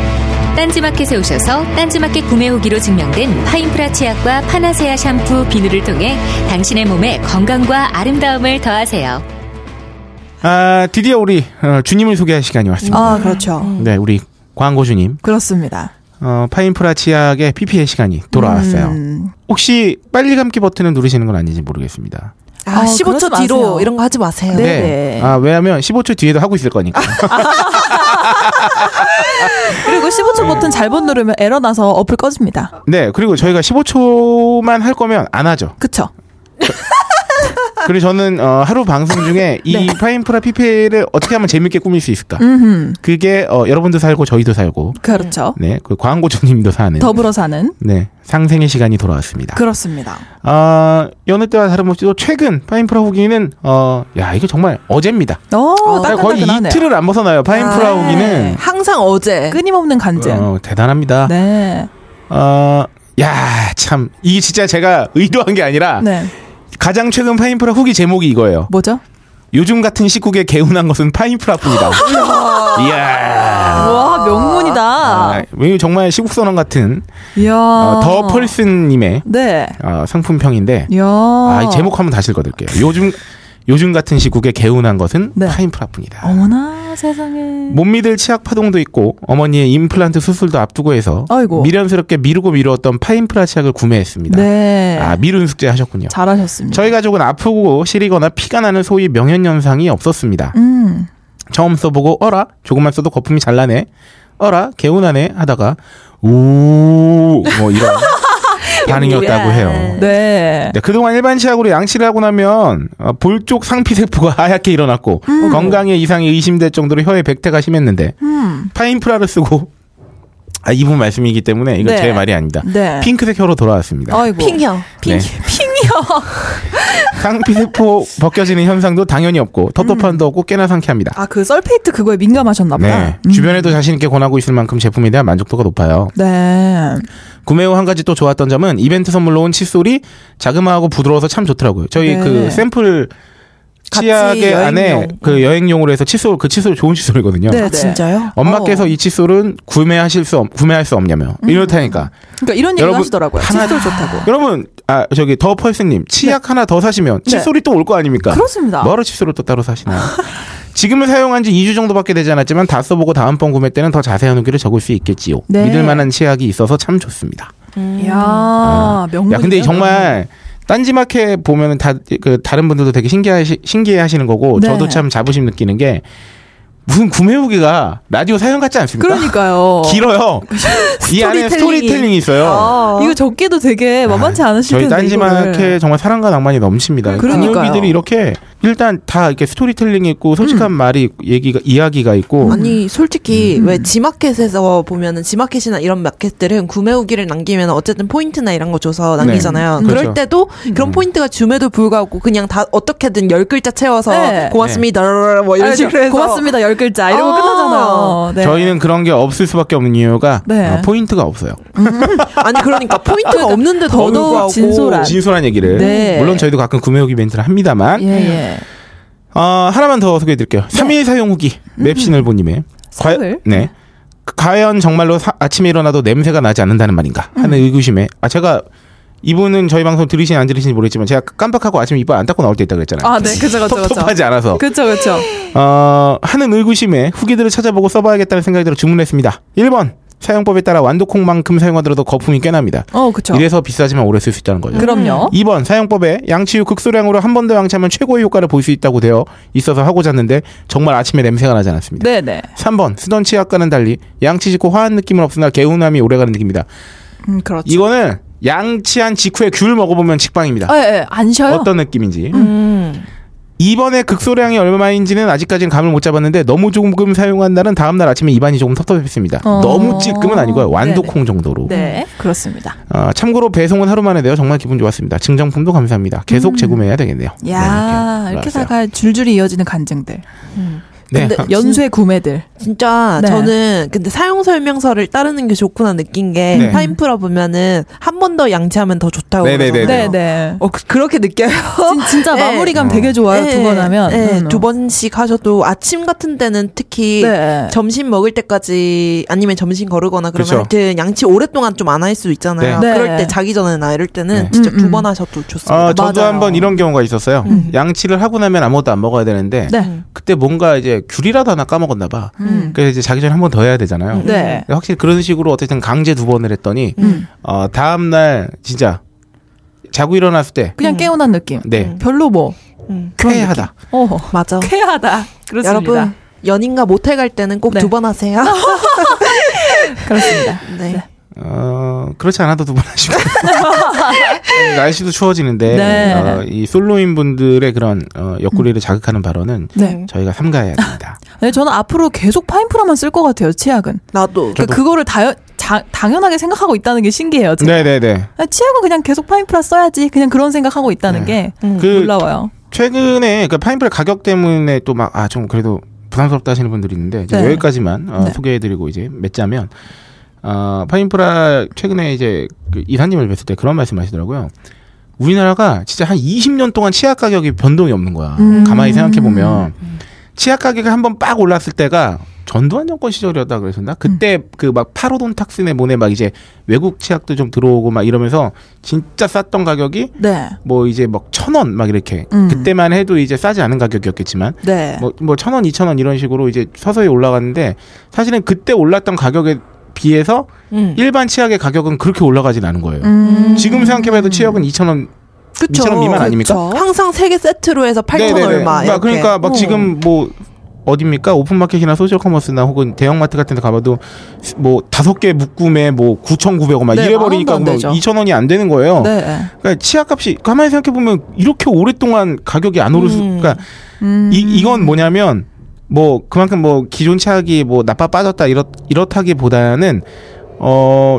Speaker 1: 딴지마켓에 오셔서 딴지마켓 구매 후기로 증명된 파인프라 치약과 파나세아 샴푸 비누를 통해 당신의 몸에 건강과 아름다움을 더하세요.
Speaker 4: 아, 드디어 우리 어, 주님을 소개할 시간이 왔습니다.
Speaker 5: 아, 그렇죠.
Speaker 4: 네, 우리 광고 주님.
Speaker 5: 그렇습니다.
Speaker 4: 어, 파인프라 치약의 PPL 시간이 돌아왔어요.
Speaker 5: 음.
Speaker 4: 혹시 빨리 감기 버튼을 누르시는 건 아닌지 모르겠습니다.
Speaker 6: 아,
Speaker 5: 어,
Speaker 6: 15초
Speaker 5: 그러지
Speaker 6: 뒤로
Speaker 5: 마세요.
Speaker 6: 이런 거 하지 마세요.
Speaker 5: 네.
Speaker 4: 아, 왜냐면 15초 뒤에도 하고 있을 거니까.
Speaker 5: 그리고 15초
Speaker 4: 음.
Speaker 5: 버튼 잘못 누르면 에러 나서 어플 꺼집니다.
Speaker 4: 네, 그리고 저희가 15초만 할 거면 안 하죠.
Speaker 5: 그쵸?
Speaker 4: 그리고 저는 어, 하루 방송 중에 이 파인프라 PPL을 어떻게 하면 재밌게 꾸밀 수 있을까?
Speaker 5: 네. 음흠.
Speaker 4: 그게 어, 여러분도 살고 저희도 살고
Speaker 5: 그렇죠.
Speaker 4: 네, 그 광고주님도 사는
Speaker 5: 더불어 사는.
Speaker 4: 네, 상생의 시간이 돌아왔습니다.
Speaker 5: 그렇습니다.
Speaker 4: 아, 여느 때와 다름없이 또 최근 파인프라 후기는 어, 야, 이거 정말 어제입니다.
Speaker 5: 오,
Speaker 4: 제가 아, 거의
Speaker 5: 따끈따끈하네요. 네.
Speaker 4: 이틀을 안 벗어나요. 파인프라
Speaker 6: 아,
Speaker 4: 후기는
Speaker 6: 항상 어제.
Speaker 5: 끊임없는 간증.
Speaker 4: 어, 대단합니다.
Speaker 5: 네.
Speaker 4: 어, 야, 참 이게 진짜 제가 의도한 게 아니라
Speaker 5: 네.
Speaker 4: 가장 최근 파인프라 후기 제목이 이거예요.
Speaker 5: 뭐죠?
Speaker 4: 요즘 같은 시국에 개운한 것은 파인프라뿐이다. 이야.
Speaker 5: 와, 명문이다.
Speaker 4: 아, 왜냐면 정말 시국선언 같은
Speaker 5: 이야.
Speaker 4: 어, 더 펄슨님의
Speaker 5: 네.
Speaker 4: 어, 상품평인데
Speaker 5: 이야.
Speaker 4: 아,
Speaker 5: 어.
Speaker 4: 이 제목 한번 다시 읽어드릴게요. 요즘 요즘 같은 시국에 개운한 것은
Speaker 5: 네.
Speaker 4: 파인프라뿐이다.
Speaker 5: 어머나, 세상에.
Speaker 4: 못 믿을 치약 파동도 있고 어머니의 임플란트 수술도 앞두고 해서
Speaker 5: 아이고.
Speaker 4: 미련스럽게 미루고 미루었던 파인프라 치약을 구매했습니다.
Speaker 5: 네.
Speaker 4: 아 미룬 숙제 하셨군요.
Speaker 5: 잘하셨습니다.
Speaker 4: 저희 가족은 아프고 시리거나 피가 나는 소위 명현 현상이 없었습니다.
Speaker 5: 음.
Speaker 4: 처음 써보고 어라 조금만 써도 거품이 잘 나네. 어라 개운하네 하다가 오뭐 이런 반응이었다고 해요.
Speaker 5: 네.
Speaker 4: 네, 그동안 일반 치약으로 양치를 하고 나면 어, 볼 쪽 상피 세포가 하얗게 일어났고 건강에 이상이 의심될 정도로 혀에 백태가 심했는데
Speaker 5: 음.
Speaker 4: 파인프라를 쓰고 아 이분 말씀이기 때문에 이건
Speaker 5: 네.
Speaker 4: 제 말이 아니다.
Speaker 5: 네. 어,
Speaker 4: 핑크색 혀로 돌아왔습니다.
Speaker 5: 아이고.
Speaker 6: 핑혀.
Speaker 4: 네. 상피 세포 벗겨지는 현상도 당연히 없고 텁텁함도 없고 꽤나 상쾌합니다.
Speaker 5: 아, 그 썰페이트 그거에 민감하셨나 보다.
Speaker 4: 네.
Speaker 5: 음.
Speaker 4: 주변에도 자신 있게 권하고 있을 만큼 제품에 대한 만족도가 높아요.
Speaker 5: 네.
Speaker 4: 구매 후 한 가지 또 좋았던 점은 이벤트 선물로 온 칫솔이 자그마하고 부드러워서 참 좋더라고요. 저희
Speaker 5: 네.
Speaker 4: 그 샘플
Speaker 6: 같이
Speaker 4: 치약의
Speaker 6: 여행용.
Speaker 4: 안에 그 여행용으로 해서 칫솔 그 칫솔 좋은 칫솔이거든요.
Speaker 5: 네. 어.
Speaker 6: 아, 진짜요?
Speaker 4: 엄마께서 이 칫솔은 구매하실 수 없, 구매할 수 없냐며 이렇다니까
Speaker 5: 그러니까 이런 얘기도
Speaker 4: 여러분,
Speaker 5: 하시더라고요.
Speaker 4: 하나-
Speaker 5: 칫솔 좋다고.
Speaker 4: 여러분 아 저기 더 펄스님 치약 하나 더 사시면
Speaker 5: 네.
Speaker 4: 칫솔이 또 올 거 아닙니까?
Speaker 5: 그렇습니다.
Speaker 4: 뭐하러 칫솔을 또 따로 사시나요? 지금은 사용한 지 2주 정도밖에 되지 않았지만 다 써보고 다음번 구매 때는 더 자세한 후기를 적을 수 있겠지요.
Speaker 5: 네.
Speaker 4: 믿을 만한 치약이 있어서 참 좋습니다.
Speaker 5: 이야,
Speaker 4: 어.
Speaker 5: 명문.
Speaker 4: 야, 근데 정말 딴지마켓 보면은 다 그 다른 분들도 되게 신기해 신기해 하시는 거고
Speaker 5: 네.
Speaker 4: 저도 참 자부심 느끼는 게 무슨 구매 후기가 라디오 사연 같지 않습니까?
Speaker 5: 그러니까요.
Speaker 4: 길어요. 이 안에 스토리텔링이 있어요.
Speaker 5: 아, 이거 적게도 되게 만만치 않으실
Speaker 4: 아, 저희
Speaker 5: 텐데.
Speaker 4: 딴지마켓
Speaker 5: 이거를. 음,
Speaker 4: 정말 사랑과 낭만이 넘칩니다.
Speaker 5: 그러니까요.
Speaker 4: 강요비들이 이렇게 일단 다 이렇게 스토리텔링이 있고
Speaker 5: 음.
Speaker 4: 솔직한 말이 있고 얘기가 이야기가 있고
Speaker 6: 아니
Speaker 4: 음.
Speaker 6: 솔직히 왜 지마켓에서 보면은 지마켓이나 이런 마켓들은 구매 후기를 남기면 어쨌든 포인트나 이런 거 줘서 남기잖아요.
Speaker 4: 네.
Speaker 6: 그럴
Speaker 4: 그렇죠.
Speaker 6: 때도 그런 포인트가 줌에도 불구하고 그냥 다 어떻게든 열 글자 채워서
Speaker 5: 네.
Speaker 6: 고맙습니다 뭐 이런
Speaker 5: 아니,
Speaker 6: 식으로 해서
Speaker 5: 고맙습니다. 열 글자 이러고
Speaker 6: 아.
Speaker 5: 끝나잖아요. 네.
Speaker 4: 저희는 그런 게 없을 수밖에 없는 이유가
Speaker 5: 네.
Speaker 4: 아, 포인트가 없어요.
Speaker 6: 아니 그러니까 포인트가 없는데
Speaker 5: 더더욱
Speaker 6: 더더욱
Speaker 5: 진솔한.
Speaker 4: 뭐, 진솔한 얘기를
Speaker 5: 네.
Speaker 4: 물론 저희도 가끔 구매 후기 멘트를 합니다만
Speaker 5: 예예.
Speaker 4: 아, 하나만 더 소개해드릴게요.
Speaker 5: 네.
Speaker 4: 3일 사용 후기
Speaker 5: 음.
Speaker 4: 맵신을보님의
Speaker 5: 사용을?
Speaker 4: 네. 과연 정말로 사- 아침에 일어나도 냄새가 나지 않는다는 말인가
Speaker 5: 음.
Speaker 4: 하는 의구심에 아 제가 이분은 저희 방송 들으시는지 안 들으시는지 모르겠지만 제가 깜빡하고 아침에 이빨 안 닦고 나올 때 있다 그랬잖아요.
Speaker 5: 아, 네, 그죠, 그죠, 그죠.
Speaker 4: 텁텁하지 않아서
Speaker 5: 그렇죠 그렇죠.
Speaker 4: 어, 하는 의구심에 후기들을 찾아보고 써봐야겠다는 생각이 들어 주문했습니다. 1번 사용법에 따라 완두콩만큼 사용하더라도 거품이 꽤 납니다.
Speaker 5: 어 그렇죠.
Speaker 4: 이래서 비싸지만 오래 쓸 수 있다는 거죠.
Speaker 5: 그럼요.
Speaker 4: 2번 사용법에 양치 후 극소량으로 한 번 더 양치하면 최고의 효과를 볼 수 있다고 되어 있어서 하고 잤는데 정말 아침에 냄새가 나지 않았습니다.
Speaker 5: 네네.
Speaker 4: 3번 쓰던 치약과는 달리 양치 직후 화한 느낌은 없으나 개운함이 오래가는 느낌입니다.
Speaker 5: 음 그렇죠.
Speaker 4: 이거는 양치한 직후에 귤 먹어보면 직방입니다.
Speaker 5: 예예. 안 쉬어요. 음.
Speaker 4: 어떤 느낌인지. 2번의 극소량이 얼마인지는 아직까지는 감을 못 잡았는데 너무 조금 사용한 날은 다음날 아침에 입안이 조금 텁텁했습니다.
Speaker 5: 어.
Speaker 4: 너무 찔끔은 아니고요. 완도콩 정도로.
Speaker 5: 네 그렇습니다.
Speaker 4: 아, 참고로 배송은 하루 만에 되어 정말 기분 좋았습니다. 증정품도 감사합니다. 계속 재구매해야 되겠네요.
Speaker 5: 음. 야
Speaker 4: 네,
Speaker 5: 이렇게
Speaker 4: 알았어요.
Speaker 5: 다가 줄줄이 이어지는 간증들.
Speaker 4: 네.
Speaker 6: 근데-
Speaker 5: 연쇄 구매들.
Speaker 6: 진짜
Speaker 5: 네.
Speaker 6: 저는 근데 사용 설명서를 따르는 게 좋구나 느낀 게
Speaker 4: 네.
Speaker 6: 파인프라 보면은 한 번 더 양치하면 더 좋다고
Speaker 4: 네네네.
Speaker 6: 그러잖아요.
Speaker 5: 네네.
Speaker 6: 어 그- 그렇게 느껴요.
Speaker 5: 진, 진짜
Speaker 6: 네.
Speaker 5: 마무리감
Speaker 4: 어.
Speaker 5: 되게 좋아요. 두 번 하면
Speaker 6: 네,
Speaker 5: 음.
Speaker 6: 두 번씩 하셔도 아침 같은 때는 특히
Speaker 5: 네.
Speaker 6: 점심 먹을 때까지 아니면 점심 거르거나 그러면
Speaker 4: 그쵸.
Speaker 6: 하여튼 양치 오랫동안 좀 안 할 수 있잖아요.
Speaker 5: 네.
Speaker 6: 그럴
Speaker 5: 네.
Speaker 6: 때 자기 전에나 이럴 때는
Speaker 4: 네.
Speaker 6: 진짜
Speaker 5: 음,
Speaker 6: 두
Speaker 5: 음.
Speaker 6: 번 하셔도 좋습니다.
Speaker 4: 아, 저도
Speaker 5: 맞아요. 음.
Speaker 4: 한번 이런 경우가 있었어요. 양치를 하고 나면 아무것도 안 먹어야 되는데
Speaker 6: 음.
Speaker 5: 네.
Speaker 4: 그때 뭔가 이제 귤이라도 하나 까먹었나 봐.
Speaker 5: 음.
Speaker 4: 그래서 이제 자기 전에 한 번 더 해야 되잖아요.
Speaker 5: 네.
Speaker 4: 근데 확실히 그런 식으로 어쨌든 강제 두 번을 했더니
Speaker 5: 음.
Speaker 4: 어, 다음 날 진짜 자고 일어났을 때
Speaker 5: 그냥 깨어난 느낌.
Speaker 4: 네.
Speaker 5: 별로 뭐.
Speaker 6: 음,
Speaker 4: 쾌하다.
Speaker 5: 어.
Speaker 6: 맞아.
Speaker 5: 쾌하다. 그렇습니다.
Speaker 6: 여러분 연인과 모텔 갈 때는 꼭
Speaker 5: 네.
Speaker 6: 두 번 하세요.
Speaker 5: 그렇습니다.
Speaker 6: 네.
Speaker 4: 어, 그렇지 않아도 두 번 하시고. 날씨도 추워지는데
Speaker 5: 네.
Speaker 4: 어, 이 솔로인 분들의 그런 어, 옆구리를 자극하는 발언은
Speaker 5: 네.
Speaker 4: 저희가 삼가해야 됩니다.
Speaker 5: 네, 저는 앞으로 계속 파인프라만 쓸 것 같아요. 치약은.
Speaker 6: 나도
Speaker 5: 그러니까 그거를 다, 자, 당연하게 생각하고 있다는 게 신기해요. 제가.
Speaker 4: 네, 네, 네.
Speaker 5: 아, 치약은 그냥 계속 파인프라 써야지. 그냥 그런 생각하고 있다는 게
Speaker 4: 그
Speaker 5: 놀라워요.
Speaker 4: 최근에 그 파인프라 가격 때문에 또 막 아 좀 그래도 부담스럽다 하시는 분들이 있는데 이제
Speaker 5: 네.
Speaker 4: 여기까지만 어,
Speaker 5: 네.
Speaker 4: 소개해드리고 이제 맺자면 어, 파인프라 최근에 이제 그 이사님을 뵀을 때 그런 말씀하시더라고요. 우리나라가 진짜 한 20년 동안 치약 가격이 변동이 없는 거야.
Speaker 5: 음.
Speaker 4: 가만히 생각해 보면 치약 가격이 한 번 빡 올랐을 때가 전두환 정권 시절이었다 그랬었나? 그때
Speaker 5: 음.
Speaker 4: 그 막 파로돈 탁스네 뭐네 막 이제 외국 치약도 좀 들어오고 막 이러면서 진짜 쌌던 가격이
Speaker 5: 네.
Speaker 4: 뭐 이제 막 천 원 막 이렇게
Speaker 5: 음.
Speaker 4: 그때만 해도 이제 싸지 않은 가격이었겠지만
Speaker 5: 네.
Speaker 4: 뭐뭐천 원, 이천 원 이런 식으로 이제 서서히 올라갔는데 사실은 그때 올랐던 가격에 비해서
Speaker 6: 음.
Speaker 4: 일반 치약의 가격은 그렇게 올라가진 않은 거예요.
Speaker 5: 음.
Speaker 4: 지금 생각해봐도 치약은 이천 원,
Speaker 6: 그쵸.
Speaker 4: 이천 원 미만 아닙니까?
Speaker 5: 그쵸.
Speaker 6: 항상 세 개 세트로 해서 8천
Speaker 4: 네네네.
Speaker 6: 얼마.
Speaker 4: 그러니까,
Speaker 6: 이렇게.
Speaker 4: 그러니까 막
Speaker 6: 어.
Speaker 4: 지금 뭐 어딥니까 오픈마켓이나 소셜커머스나 혹은 대형마트 같은 데 가봐도 뭐 다섯 개 묶음에 뭐 9,900원 막
Speaker 5: 네, 만
Speaker 4: 이래버리니까
Speaker 5: 원도 안
Speaker 4: 뭐
Speaker 5: 되죠.
Speaker 4: 2,000원이 안 되는 거예요.
Speaker 5: 네.
Speaker 4: 그러니까 치약값이 가만히 생각해 보면 이렇게 오랫동안 가격이 안 오를 수
Speaker 6: 음.
Speaker 4: 그러니까
Speaker 5: 음.
Speaker 4: 이 이건 뭐냐면 뭐 그만큼 뭐 기존 치약이 뭐 나빠 빠졌다 이렇 이렇다기보다는 어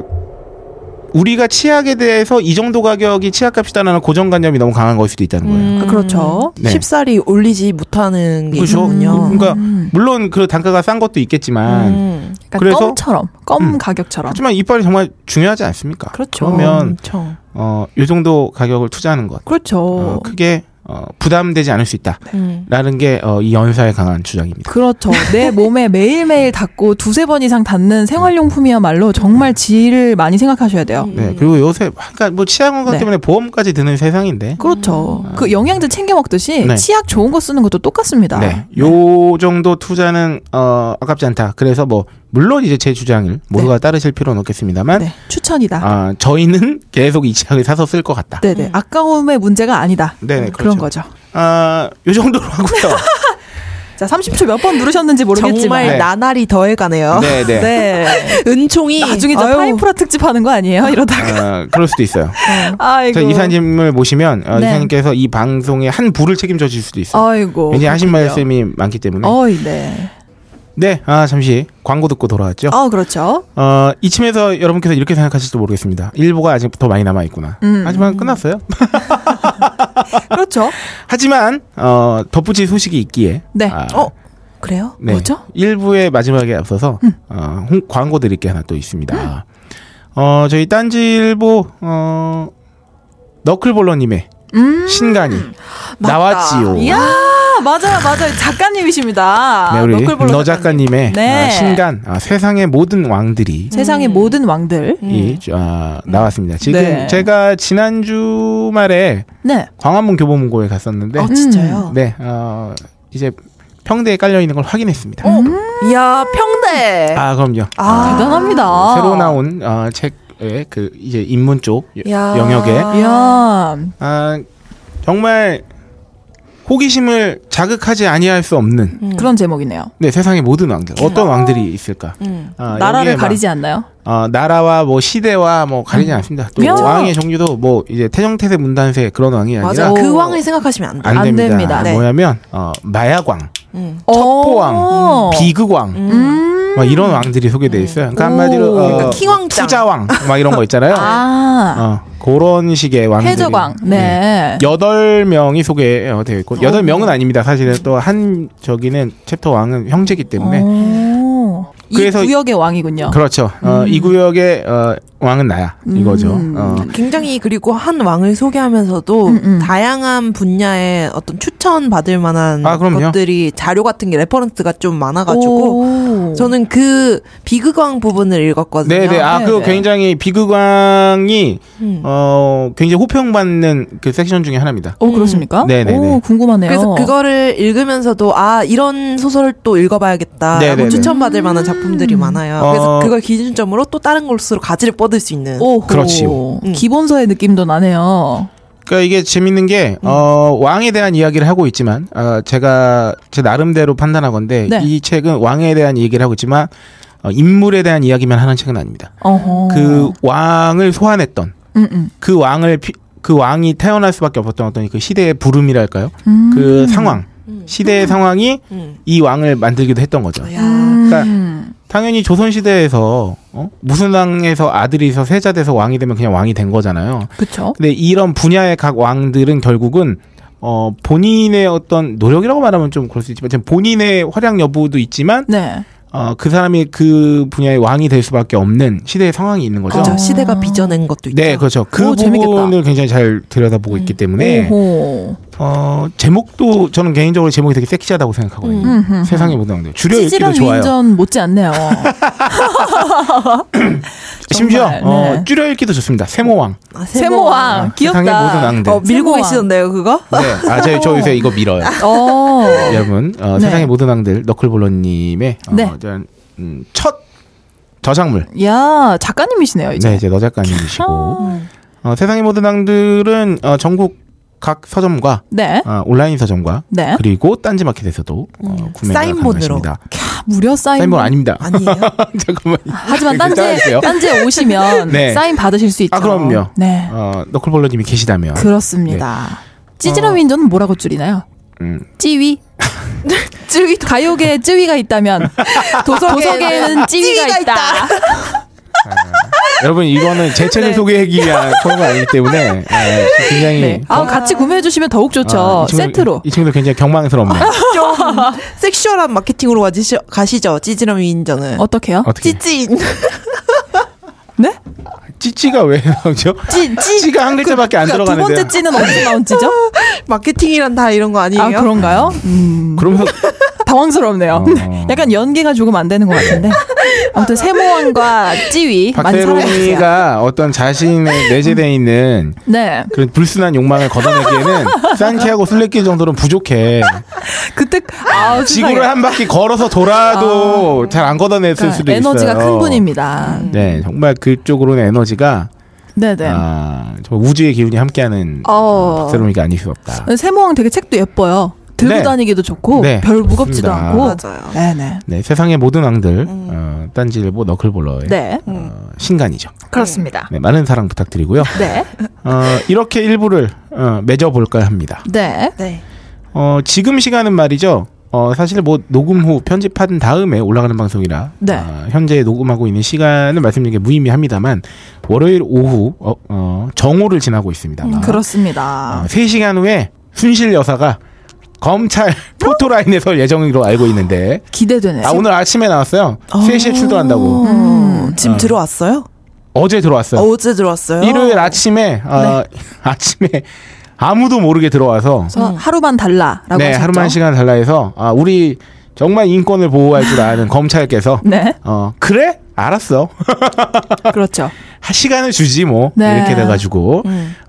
Speaker 4: 우리가 치약에 대해서 이 정도 가격이 치약값이다라는 고정관념이 너무 강한 걸 수도 있다는 거예요.
Speaker 5: 아, 그렇죠.
Speaker 4: 네.
Speaker 6: 쉽사리 올리지 못하는 게
Speaker 4: 음. 그죠?
Speaker 5: 음.
Speaker 6: 있군요.
Speaker 4: 그러니까 물론 그 단가가 싼 것도 있겠지만
Speaker 6: 음.
Speaker 5: 그러니까
Speaker 4: 그래서-
Speaker 5: 껌처럼. 껌
Speaker 4: 음.
Speaker 5: 가격처럼.
Speaker 4: 하지만 이빨이 정말 중요하지 않습니까?
Speaker 5: 그렇죠.
Speaker 4: 러면
Speaker 6: 엄청.
Speaker 4: 어 요 정도 가격을 투자하는 것
Speaker 5: 그렇죠.
Speaker 4: 어, 크게 어, 부담되지 않을 수
Speaker 5: 네.
Speaker 4: 있다라는
Speaker 6: 음.
Speaker 4: 게 어, 이 연사의 강한 주장입니다.
Speaker 5: 그렇죠. 내 몸에 매일매일 닿고 두세 번 이상 닿는 생활용품이야말로 정말 질을 많이 생각하셔야 돼요.
Speaker 4: 네 그리고 요새 그러니까 뭐 치약 건강
Speaker 5: 음. 네.
Speaker 4: 때문에 보험까지 드는 세상인데
Speaker 5: 그렇죠. 그 영양제 챙겨 먹듯이
Speaker 4: 음. 네.
Speaker 5: 치약 좋은 거 쓰는 것도 똑같습니다.
Speaker 4: 네, 요 정도 투자는 어 아깝지 않다. 그래서 뭐 물론 이제 제 주장을 모두가 따르실 필요는 없겠습니다만
Speaker 5: 네, 추천이다.
Speaker 4: 아 저희는 계속 이 치약을 사서 쓸 것 같다.
Speaker 5: 네네. 아까움의 문제가 아니다. 음,
Speaker 4: 네네,
Speaker 5: 그런
Speaker 4: 그렇죠.
Speaker 5: 거죠.
Speaker 4: 아요 정도로 하고요.
Speaker 5: 자, 30초 몇 번 누르셨는지 모르겠지만
Speaker 6: 정말
Speaker 4: 네.
Speaker 6: 나날이 더해가네요.
Speaker 4: 네, 네.
Speaker 5: 네.
Speaker 6: 은총이
Speaker 5: 나중에 저
Speaker 6: 아유,
Speaker 5: 파인프라 특집 하는 거 아니에요? 이러다가
Speaker 4: 어, 그럴 수도 있어요.
Speaker 5: 아이고.
Speaker 4: 저 이사님을 모시면 어,
Speaker 5: 네.
Speaker 4: 이사님께서 이 방송의 한 부를 책임져 주실 수도 있어요.
Speaker 5: 아이고.
Speaker 4: 왠지 하신
Speaker 5: 그렇군요.
Speaker 4: 말씀이 많기 때문에.
Speaker 5: 어이, 네.
Speaker 4: 네, 아 잠시 광고 듣고 돌아왔죠.
Speaker 5: 아, 그렇죠.
Speaker 4: 어, 이쯤에서 여러분께서 이렇게 생각하실지 모르겠습니다. 일부가 아직 더 많이 남아 있구나.
Speaker 5: 음.
Speaker 4: 하지만 끝났어요.
Speaker 5: 그렇죠.
Speaker 4: 하지만 어, 덧붙일 소식이 있기에.
Speaker 5: 네.
Speaker 4: 아,
Speaker 5: 어, 그래요?
Speaker 4: 네.
Speaker 5: 뭐죠? 음.
Speaker 4: 일부의 마지막에 앞서서 어, 홍- 광고 드릴 게 하나 또 있습니다. 어, 저희 딴지일보 어, 너클볼러님의 신간이 나왔지요.
Speaker 5: 음. 이야, 맞아요, 맞아요. 작가님이십니다.
Speaker 4: 네, 우리
Speaker 5: 너클볼러
Speaker 4: 너 작가님의
Speaker 5: 네.
Speaker 4: 아, 신간 아, 세상의 모든 왕들이
Speaker 5: 세상의 모든 왕들.
Speaker 4: 이 아, 나왔습니다. 지금
Speaker 5: 음. 네.
Speaker 4: 제가 지난 주말에
Speaker 5: 네.
Speaker 4: 광화문 교보문고에 갔었는데
Speaker 6: 아,
Speaker 5: 어,
Speaker 6: 진짜요?
Speaker 4: 네 어, 이제 평대에 깔려 있는 걸 확인했습니다. 음.
Speaker 6: 이야 평대.
Speaker 4: 아 그럼요.
Speaker 5: 네. 아, 대단합니다.
Speaker 4: 음, 새로 나온 어, 책의 그 이제 인문 쪽 여-
Speaker 6: 야.
Speaker 4: 영역에
Speaker 5: 이야,
Speaker 4: 아, 정말 호기심을 자극하지 아니할 수 없는
Speaker 5: 그런 제목이네요.
Speaker 4: 네 세상의 모든 왕들 어떤 왕들이 있을까?
Speaker 6: 음.
Speaker 4: 아, 여기에
Speaker 5: 나라를
Speaker 4: 막,
Speaker 5: 가리지 않나요?
Speaker 4: 어, 나라와 뭐 시대와 뭐 가리지 않습니다. 또
Speaker 5: 그렇죠.
Speaker 4: 왕의 종류도 뭐 이제 태정태세 문단세 그런 왕이 네. 아니라
Speaker 6: 맞아. 그
Speaker 5: 오.
Speaker 6: 왕을 생각하시면 안 돼.
Speaker 4: 안
Speaker 5: 안
Speaker 4: 됩니다.
Speaker 5: 됩니다.
Speaker 6: 네.
Speaker 4: 뭐냐면 어, 마약왕,
Speaker 6: 음.
Speaker 4: 첩보왕,
Speaker 5: 오.
Speaker 4: 비극왕
Speaker 5: 어. 음.
Speaker 4: 막 이런 왕들이 소개돼 있어요. 그러니까 한마디로
Speaker 5: 오.
Speaker 4: 어,
Speaker 5: 그러니까
Speaker 6: 킹왕짱.
Speaker 4: 투자왕 막 이런 거 있잖아요.
Speaker 5: 아,
Speaker 4: 어, 그런 식의 왕들이 예.
Speaker 5: 해적왕. 네.
Speaker 4: 여덟 명이 소개되어 있고 여덟 명은 아닙니다. 사실은 또 한 저기는 챕터 왕은 형제기 때문에
Speaker 5: 오. 이
Speaker 4: 네. 그래서-
Speaker 5: 구역의 왕이군요.
Speaker 4: 그렇죠.
Speaker 5: 음.
Speaker 4: 어, 이 구역의 어, 왕은 나야 이거죠. 어.
Speaker 6: 굉장히 그리고 한 왕을 소개하면서도
Speaker 5: 음, 음.
Speaker 6: 다양한 분야의 어떤 추천 받을 만한
Speaker 4: 아, 그럼요.
Speaker 6: 것들이 자료 같은 게 레퍼런스가 좀 많아가지고
Speaker 5: 오.
Speaker 6: 저는 그 비극왕 부분을 읽었거든요.
Speaker 4: 네네. 아,
Speaker 5: 네,
Speaker 4: 그
Speaker 5: 네.
Speaker 4: 굉장히 비극왕이
Speaker 6: 음.
Speaker 4: 어 굉장히 호평받는 그 섹션 중에 하나입니다.
Speaker 5: 오, 그렇습니까?
Speaker 4: 네네네.
Speaker 5: 오, 궁금하네요. 어.
Speaker 6: 그래서 그거를 읽으면서도 아 이런 소설을 또 읽어봐야겠다라고 뭐
Speaker 4: 네네네.
Speaker 6: 추천받을 만한 작품들이
Speaker 5: 음.
Speaker 6: 많아요. 그래서
Speaker 4: 어.
Speaker 6: 그걸 기준점으로 또 다른 곳으로 가지를 뻗을 수 있는.
Speaker 5: 오호.
Speaker 4: 그렇지요.
Speaker 6: 음.
Speaker 5: 기본서의 느낌도 나네요.
Speaker 4: 그러니까 이게 재밌는 게
Speaker 5: 음.
Speaker 4: 어, 왕에 대한 이야기를 하고 있지만 어, 제가 제 나름대로 판단하건데
Speaker 5: 네.
Speaker 4: 이 책은 왕에 대한 얘기를 하고 있지만 어, 인물에 대한 이야기만 하는 책은 아닙니다.
Speaker 5: 어허.
Speaker 4: 그 왕을 소환했던
Speaker 5: 음, 음.
Speaker 4: 그 왕을 피- 그 왕이 태어날 수밖에 없었던 어떤 그 시대의 부름이랄까요?
Speaker 5: 음.
Speaker 4: 그 상황, 시대의 상황이
Speaker 6: 음.
Speaker 4: 이 왕을 만들기도 했던 거죠.
Speaker 6: 야.
Speaker 4: 그러니까
Speaker 5: 음.
Speaker 4: 당연히 조선 시대에서 어? 무슨 왕에서 아들이서 세자 돼서 왕이 되면 그냥 왕이 된 거잖아요.
Speaker 5: 그쵸.
Speaker 4: 근데 이런 분야의 각 왕들은 결국은 어 본인의 어떤 노력이라고 말하면 좀 그럴 수 있지만 지금 본인의 활약 여부도 있지만
Speaker 5: 네.
Speaker 4: 어 그 사람이 그 분야의 왕이 될 수밖에 없는 시대의 상황이 있는 거죠.
Speaker 6: 그죠. 시대가 빚어낸 것도 있죠.
Speaker 4: 네, 그렇죠. 그
Speaker 5: 오, 재밌겠다. 음.
Speaker 4: 부분을 굉장히 잘 들여다보고 있기 때문에
Speaker 5: 네. 오호.
Speaker 4: 어 제목도 저는 개인적으로 제목이 되게 섹시하다고 생각하거든요.
Speaker 5: 음, 음, 음.
Speaker 4: 세상의 모든 왕들 줄여 읽기도
Speaker 5: 찌질한
Speaker 4: 좋아요.
Speaker 5: 위인전 못지않네요.
Speaker 4: 심지어
Speaker 5: 정말,
Speaker 4: 어,
Speaker 5: 네.
Speaker 4: 줄여 읽기도 좋습니다. 세모왕.
Speaker 6: 아,
Speaker 5: 세모왕
Speaker 4: 아,
Speaker 5: 귀엽다.
Speaker 4: 세상의 모든 왕들.
Speaker 6: 어, 밀고
Speaker 5: 세모왕.
Speaker 6: 계시던데요, 그거?
Speaker 4: 네, 아, 저, 저 요새 이거 밀어요.
Speaker 5: 어.
Speaker 4: 여러분, 어,
Speaker 5: 네.
Speaker 4: 세상의 모든 왕들, 너클볼러님의 어,
Speaker 5: 네.
Speaker 4: 전, 음, 첫 저작물.
Speaker 5: 야 작가님이시네요 이제.
Speaker 4: 네, 이제 너 작가님이시고.
Speaker 5: 아,
Speaker 4: 어, 세상의 모든 왕들은 어, 전국 각 서점과
Speaker 5: 네.
Speaker 4: 어, 온라인 서점과
Speaker 5: 네.
Speaker 4: 그리고 딴지마켓에서도 어, 구매가
Speaker 6: 사인본으로.
Speaker 4: 가능하십니다.
Speaker 5: 캬, 무료 사인.
Speaker 4: 아, 사인본 뭐 아닙니다.
Speaker 6: 아니에요.
Speaker 4: 잠깐만.
Speaker 5: 하지만
Speaker 4: 따라주세요.
Speaker 5: 딴지에 딴지에 오시면
Speaker 4: 네.
Speaker 5: 사인 받으실 수 있죠.
Speaker 4: 아, 그럼요. 아,
Speaker 5: 네.
Speaker 4: 어, 너클볼러님이 계시다면
Speaker 5: 그렇습니다. 찌질한 위인전은 뭐라고 줄이나요?
Speaker 4: 네. 어. 음,
Speaker 5: 찌위. 찌위 가요계에 찌위가 있다면 도서계에는 찌위가
Speaker 6: 찌위가
Speaker 5: 있다.
Speaker 4: 여러분 이거는 제 책을 소개하기 위한 코너가 아니기 때문에 네, 굉장히
Speaker 5: 네. 아, 같이 구매해 주시면 더욱 좋죠.
Speaker 4: 아, 이 친구들-
Speaker 5: 세트로.
Speaker 4: 이 친구들 굉장히 경망스럽네.
Speaker 6: 좀 섹슈얼한 마케팅으로 가시죠, 가시죠 찌질한 위인전은.
Speaker 5: 어떻게요?
Speaker 4: 어떻게?
Speaker 6: 찌찐.
Speaker 5: 네?
Speaker 4: 찌찌가 왜 나오죠?
Speaker 6: 찌, 찌.
Speaker 4: 찌가 한 글자밖에 안
Speaker 5: 그러니까 두
Speaker 4: 들어가는데.
Speaker 5: 번째 찌는 어디서 나온 찌죠?
Speaker 6: 마케팅이란 다 이런 거 아니에요?
Speaker 5: 아, 그런가요? 음.
Speaker 4: 그러면서
Speaker 5: 당황스럽네요.
Speaker 4: 어.
Speaker 5: 약간 연계가 조금 안 되는 것 같은데. 아무튼 세모왕과 찌위 많이 사랑해주세요.
Speaker 4: 박세롬이가 어떤 자신의 내재돼 있는
Speaker 5: 네.
Speaker 4: 그런 불순한 욕망을 걷어내기에는 산티아고 술래길 정도는 부족해.
Speaker 5: 그때 아,
Speaker 4: 지구를 한 바퀴 걸어서 돌아도 잘 안 걷어냈을 수도 있어요.
Speaker 5: 그러니까 에너지가 큰 분입니다.
Speaker 4: 네, 정말 그쪽으로는 에너지가
Speaker 5: 네네.
Speaker 4: 아, 정말 우주의 기운이 함께하는
Speaker 5: 어.
Speaker 4: 박세롬이가 아닐 수 없다.
Speaker 5: 세모왕 되게 책도 예뻐요. 들고
Speaker 4: 네.
Speaker 5: 다니기도 좋고
Speaker 4: 네.
Speaker 5: 별 무겁지도
Speaker 4: 맞습니다.
Speaker 5: 않고
Speaker 6: 맞아요.
Speaker 5: 네네
Speaker 4: 네, 세상의 모든 왕들 어, 딴지일보 너클볼러의
Speaker 5: 음. 네
Speaker 4: 어, 신간이죠.
Speaker 5: 그렇습니다
Speaker 4: 네, 많은 사랑 부탁드리고요.
Speaker 5: 네
Speaker 4: 어, 이렇게 일부를 어, 맺어볼까 합니다.
Speaker 5: 네.
Speaker 6: 네.
Speaker 4: 어, 지금 시간은 말이죠. 어, 사실 뭐 녹음 후 편집한 다음에 올라가는 방송이라
Speaker 5: 네.
Speaker 4: 어, 현재 녹음하고 있는 시간은 말씀드린 게 무의미합니다만 월요일 오후 어, 어, 정오를 지나고 있습니다.
Speaker 5: 음, 그렇습니다
Speaker 4: 어, 3시간 후에 순실 여사가 검찰 포토라인에서 예정으로 알고 있는데
Speaker 5: 기대되네요
Speaker 4: 아 오늘 아침에 나왔어요. 3시에 출동한다고.
Speaker 6: 음, 지금
Speaker 4: 어.
Speaker 6: 들어왔어요?
Speaker 4: 어제
Speaker 5: 아,
Speaker 4: 들어왔어요.
Speaker 6: 어제 들어왔어요?
Speaker 4: 네. 일요일 아침에 어,
Speaker 5: 네.
Speaker 4: 아침에 아무도 모르게 들어와서
Speaker 5: 저는 하루만 달라라고
Speaker 4: 음. 네
Speaker 5: 하셨죠
Speaker 4: 하루만 시간 달라 해서 아 우리 정말 인권을 보호할 줄 아는 검찰께서
Speaker 5: 네
Speaker 4: 어 그래 알았어
Speaker 5: 그렇죠
Speaker 4: 한 시간을 주지 뭐
Speaker 5: 네.
Speaker 4: 이렇게 돼가지고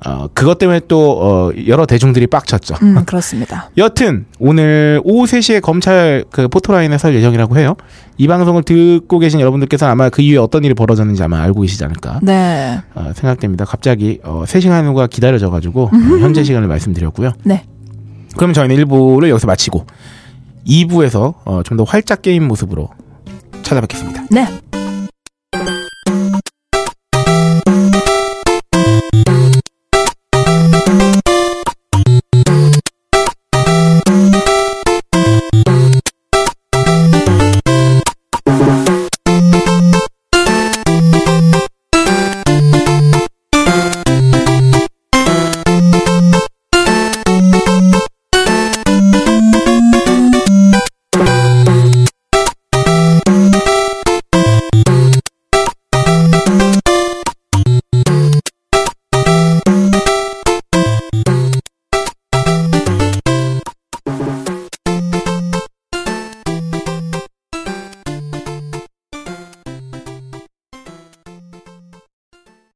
Speaker 4: 어 그것 때문에 또 어, 여러 대중들이 빡쳤죠.
Speaker 5: 음 그렇습니다
Speaker 4: 여튼 오늘 오후 3시에 검찰 그 포토라인에 설 예정이라고 해요. 이 방송을 듣고 계신 여러분들께서는 아마 그 이후에 어떤 일이 벌어졌는지 아마 알고 계시지 않을까
Speaker 5: 네
Speaker 4: 어, 생각됩니다. 갑자기 어, 3시간 후가 기다려져가지고 어,
Speaker 5: 음.
Speaker 4: 현재 시간을 말씀드렸고요.
Speaker 5: 네.
Speaker 4: 그럼 저희는 1부를 여기서 어, 마치고 2부에서 좀 더 활짝 게임 모습으로 찾아뵙겠습니다.
Speaker 5: 네.